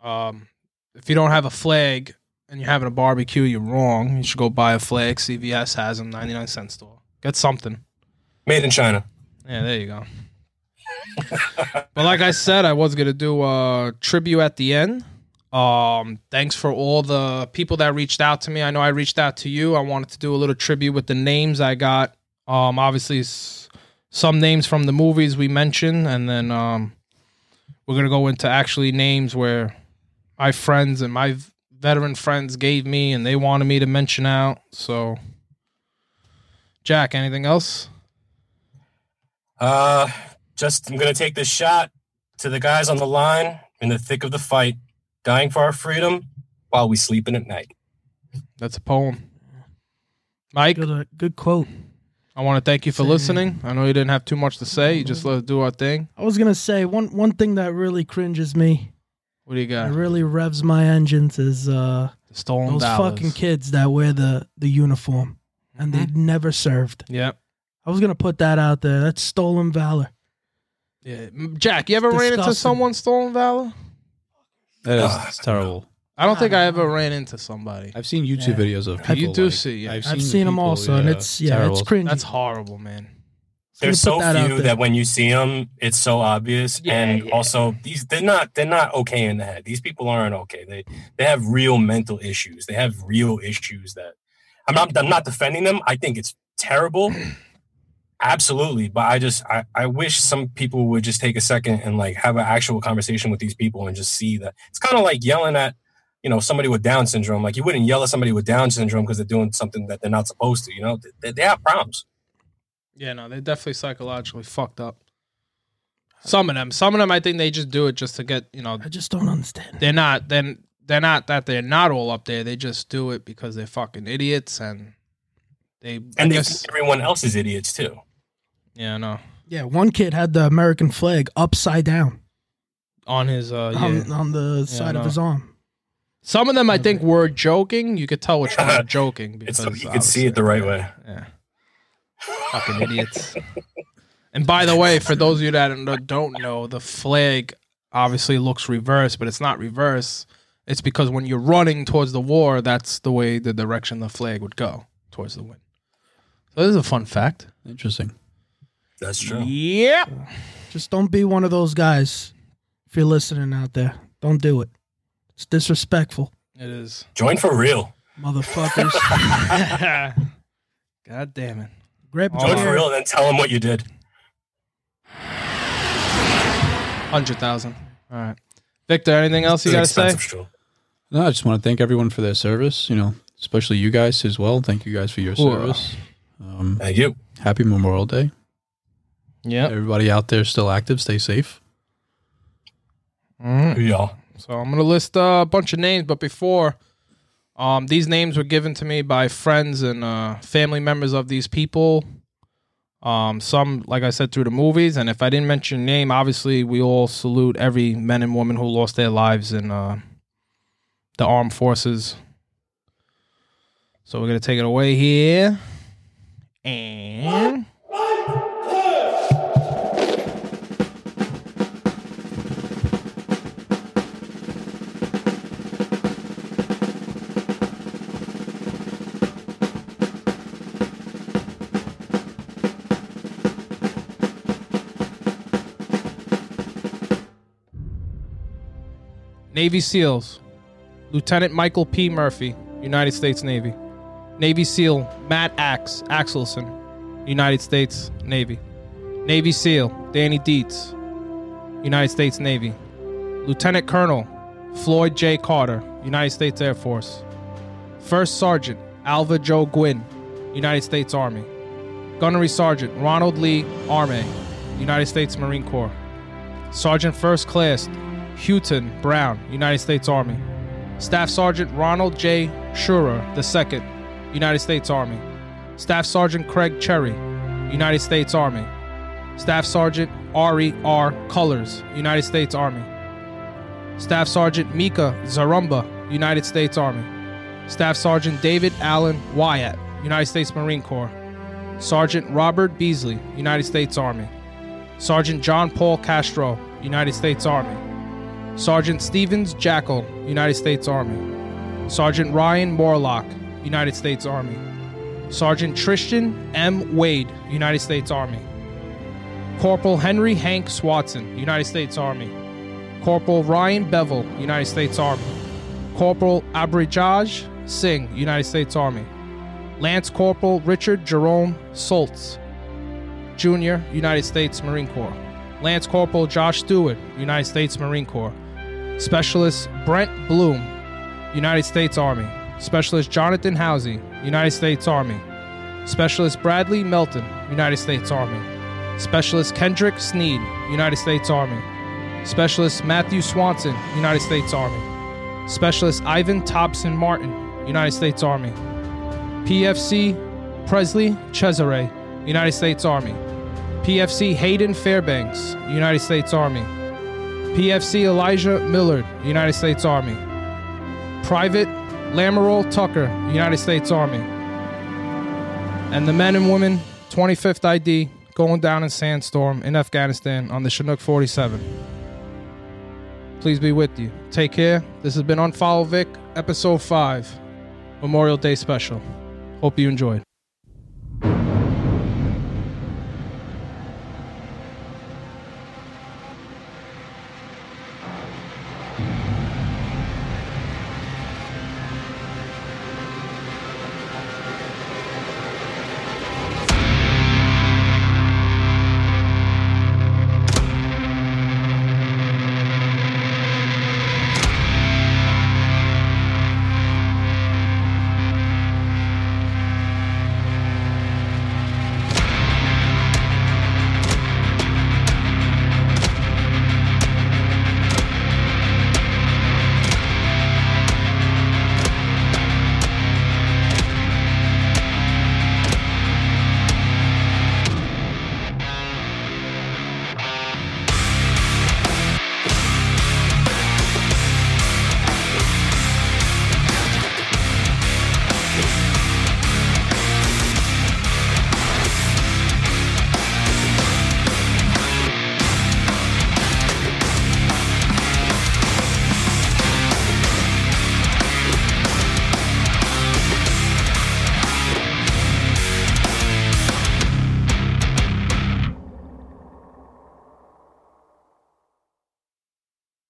S1: Um, if you don't have a flag and you're having a barbecue, you're wrong. You should go buy a flag. CVS has them, ninety nine cent store. Get something.
S2: Made in China.
S1: Yeah, there you go. but like I said, I was gonna do a tribute at the end. Um, thanks for all the people that reached out to me. I know I reached out to you. I wanted to do a little tribute with the names I got. Um, obviously s- some names from the movies we mentioned, and then um, we're gonna go into actually names where my friends and my v- veteran friends gave me, and they wanted me to mention out. So, Jack, anything else?
S2: Uh, just I'm gonna take this shot to the guys on the line in the thick of the fight, dying for our freedom while we sleeping at night.
S1: That's a poem. Mike,
S3: Good, uh, good quote.
S1: I want to thank you for
S3: Same.
S1: listening. I know you didn't have too much to say. You just let us do our thing.
S3: I was gonna say one one thing that really cringes me,
S1: What do you
S3: that
S1: got?
S3: really revs my engines, is uh,
S1: The stolen
S3: those
S1: dollars.
S3: fucking kids that wear the the uniform and they never served.
S1: Yep.
S3: I was gonna put that out there. That's stolen valor.
S1: Yeah. M- Jack, you ever ran into
S3: Disgusting.
S1: someone stolen valor?
S4: That is
S2: Ah,
S4: it's terrible.
S1: I don't think I ever ran into somebody.
S4: I've seen YouTube
S3: Yeah.
S4: videos of
S1: You
S4: people.
S1: do
S4: like-
S1: see, yeah.
S3: I've seen them
S4: people,
S3: also, and it's yeah,
S4: terrible.
S3: it's cringy.
S1: That's horrible, man.
S3: I
S2: There's
S3: was gonna
S2: so
S3: put that out
S2: few
S3: there.
S2: that when you see them, it's so obvious.
S1: Yeah,
S2: and
S1: yeah.
S2: also, these they're not they're not okay in the head. These people aren't okay. They they have real mental issues. They have real issues that I'm not I'm not defending them. I think it's terrible. absolutely but i just I, I wish some people would just take a second and like have an actual conversation with these people and just see that it's kind of like yelling at you know somebody with down syndrome like you wouldn't yell at somebody with down syndrome because they're doing something that they're not supposed to you know they, they have problems
S1: Yeah, no, they're definitely psychologically fucked up. Some of them, some of them, I think they just do it just to get, you know,
S3: I just don't understand.
S1: they're not then they're not that they're not all up there. They just do it because they're fucking idiots and they I
S2: and they
S1: guess-
S2: think everyone else is idiots too
S1: yeah no
S3: Yeah, one kid had the American flag upside down
S1: on his uh yeah.
S3: on, on the side
S1: no.
S3: of his arm.
S1: some of them I think were joking. You could tell which one were joking because
S2: it's so you can see it the right way
S1: obviously, yeah fucking idiots. And by the way, for those of you that don't- don't know, the flag obviously looks reverse, but it's not reverse. It's because when you're running towards the war, that's the way the direction the flag would go towards the wind. So this is a fun fact.
S4: Interesting.
S2: that's true
S1: Yep.
S3: Just don't be one of those guys. If you're listening out there, don't do it. It's disrespectful,
S1: It is.
S2: join for real
S3: motherfuckers.
S1: God damn it.
S3: Grab a
S1: Oh.
S2: join for
S3: chair.
S2: real and then tell them what you did
S1: 100,000. All right. Victor, anything else you
S2: It's
S1: got to say?
S2: expensive, sure.
S4: No, I just want to thank everyone for their service. You know, especially you guys as well. Thank you guys for your
S1: Cool.
S4: service. Um,
S2: thank you
S4: happy Memorial Day.
S1: Yeah.
S4: Everybody out there still active. Stay safe.
S1: Mm.
S2: y'all
S1: So I'm gonna list uh, a bunch of names, but before, um, these names were given to me by friends and uh, family members of these people. Um, some, like I said, through the movies, and if I didn't mention your name, obviously we all salute every men and woman who lost their lives in uh, the armed forces. So we're gonna take it away here, and Navy SEALs. Lieutenant Michael P. Murphy, United States Navy. Navy SEAL Matt Axe Axelson, United States Navy. Navy SEAL Danny Dietz, United States Navy. Lieutenant Colonel Floyd J. Carter, United States Air Force. First Sergeant Alva Joe Gwynn, United States Army. Gunnery Sergeant Ronald Lee Arme, United States Marine Corps. Sergeant First Class Houghton Brown, United States Army. Staff Sergeant Ronald J. Schurer II, United States Army. Staff Sergeant Craig Cherry, United States Army. Staff Sergeant Ari R. Colors, United States Army. Staff Sergeant Mika Zarumba, United States Army. Staff Sergeant David Allen Wyatt, United States Marine Corps. Sergeant Robert Beasley, United States Army. Sergeant John Paul Castro, United States Army. Sergeant Stevens Jackal, United States Army. Sergeant Ryan Morlock, United States Army. Sergeant Tristan M. Wade, United States Army. Corporal Henry Hank Swatson, United States Army. Corporal Ryan Bevel, United States Army. Corporal Abrijaj Singh, United States Army. Lance Corporal Richard Jerome Soltz, Jr., United States Marine Corps. Lance Corporal Josh Stewart, United States Marine Corps. Specialist Brent Bloom, United States Army. Specialist Jonathan Housey, United States Army. Specialist Bradley Melton, United States Army. Specialist Kendrick Sneed, United States Army. Specialist Matthew Swanson, United States Army. Specialist Ivan Thompson Martin, United States Army. PFC Presley Cesare, United States Army. PFC Hayden Fairbanks, United States Army. PFC Elijah Millard, United States Army. Private Lamoral Tucker, United States Army. And the men and women, 25th ID, going down in sandstorm in Afghanistan on the Chinook 47. Please be with you. Take care. This has been Unfollow Vic, Episode 5, Memorial Day Special. Hope you enjoyed.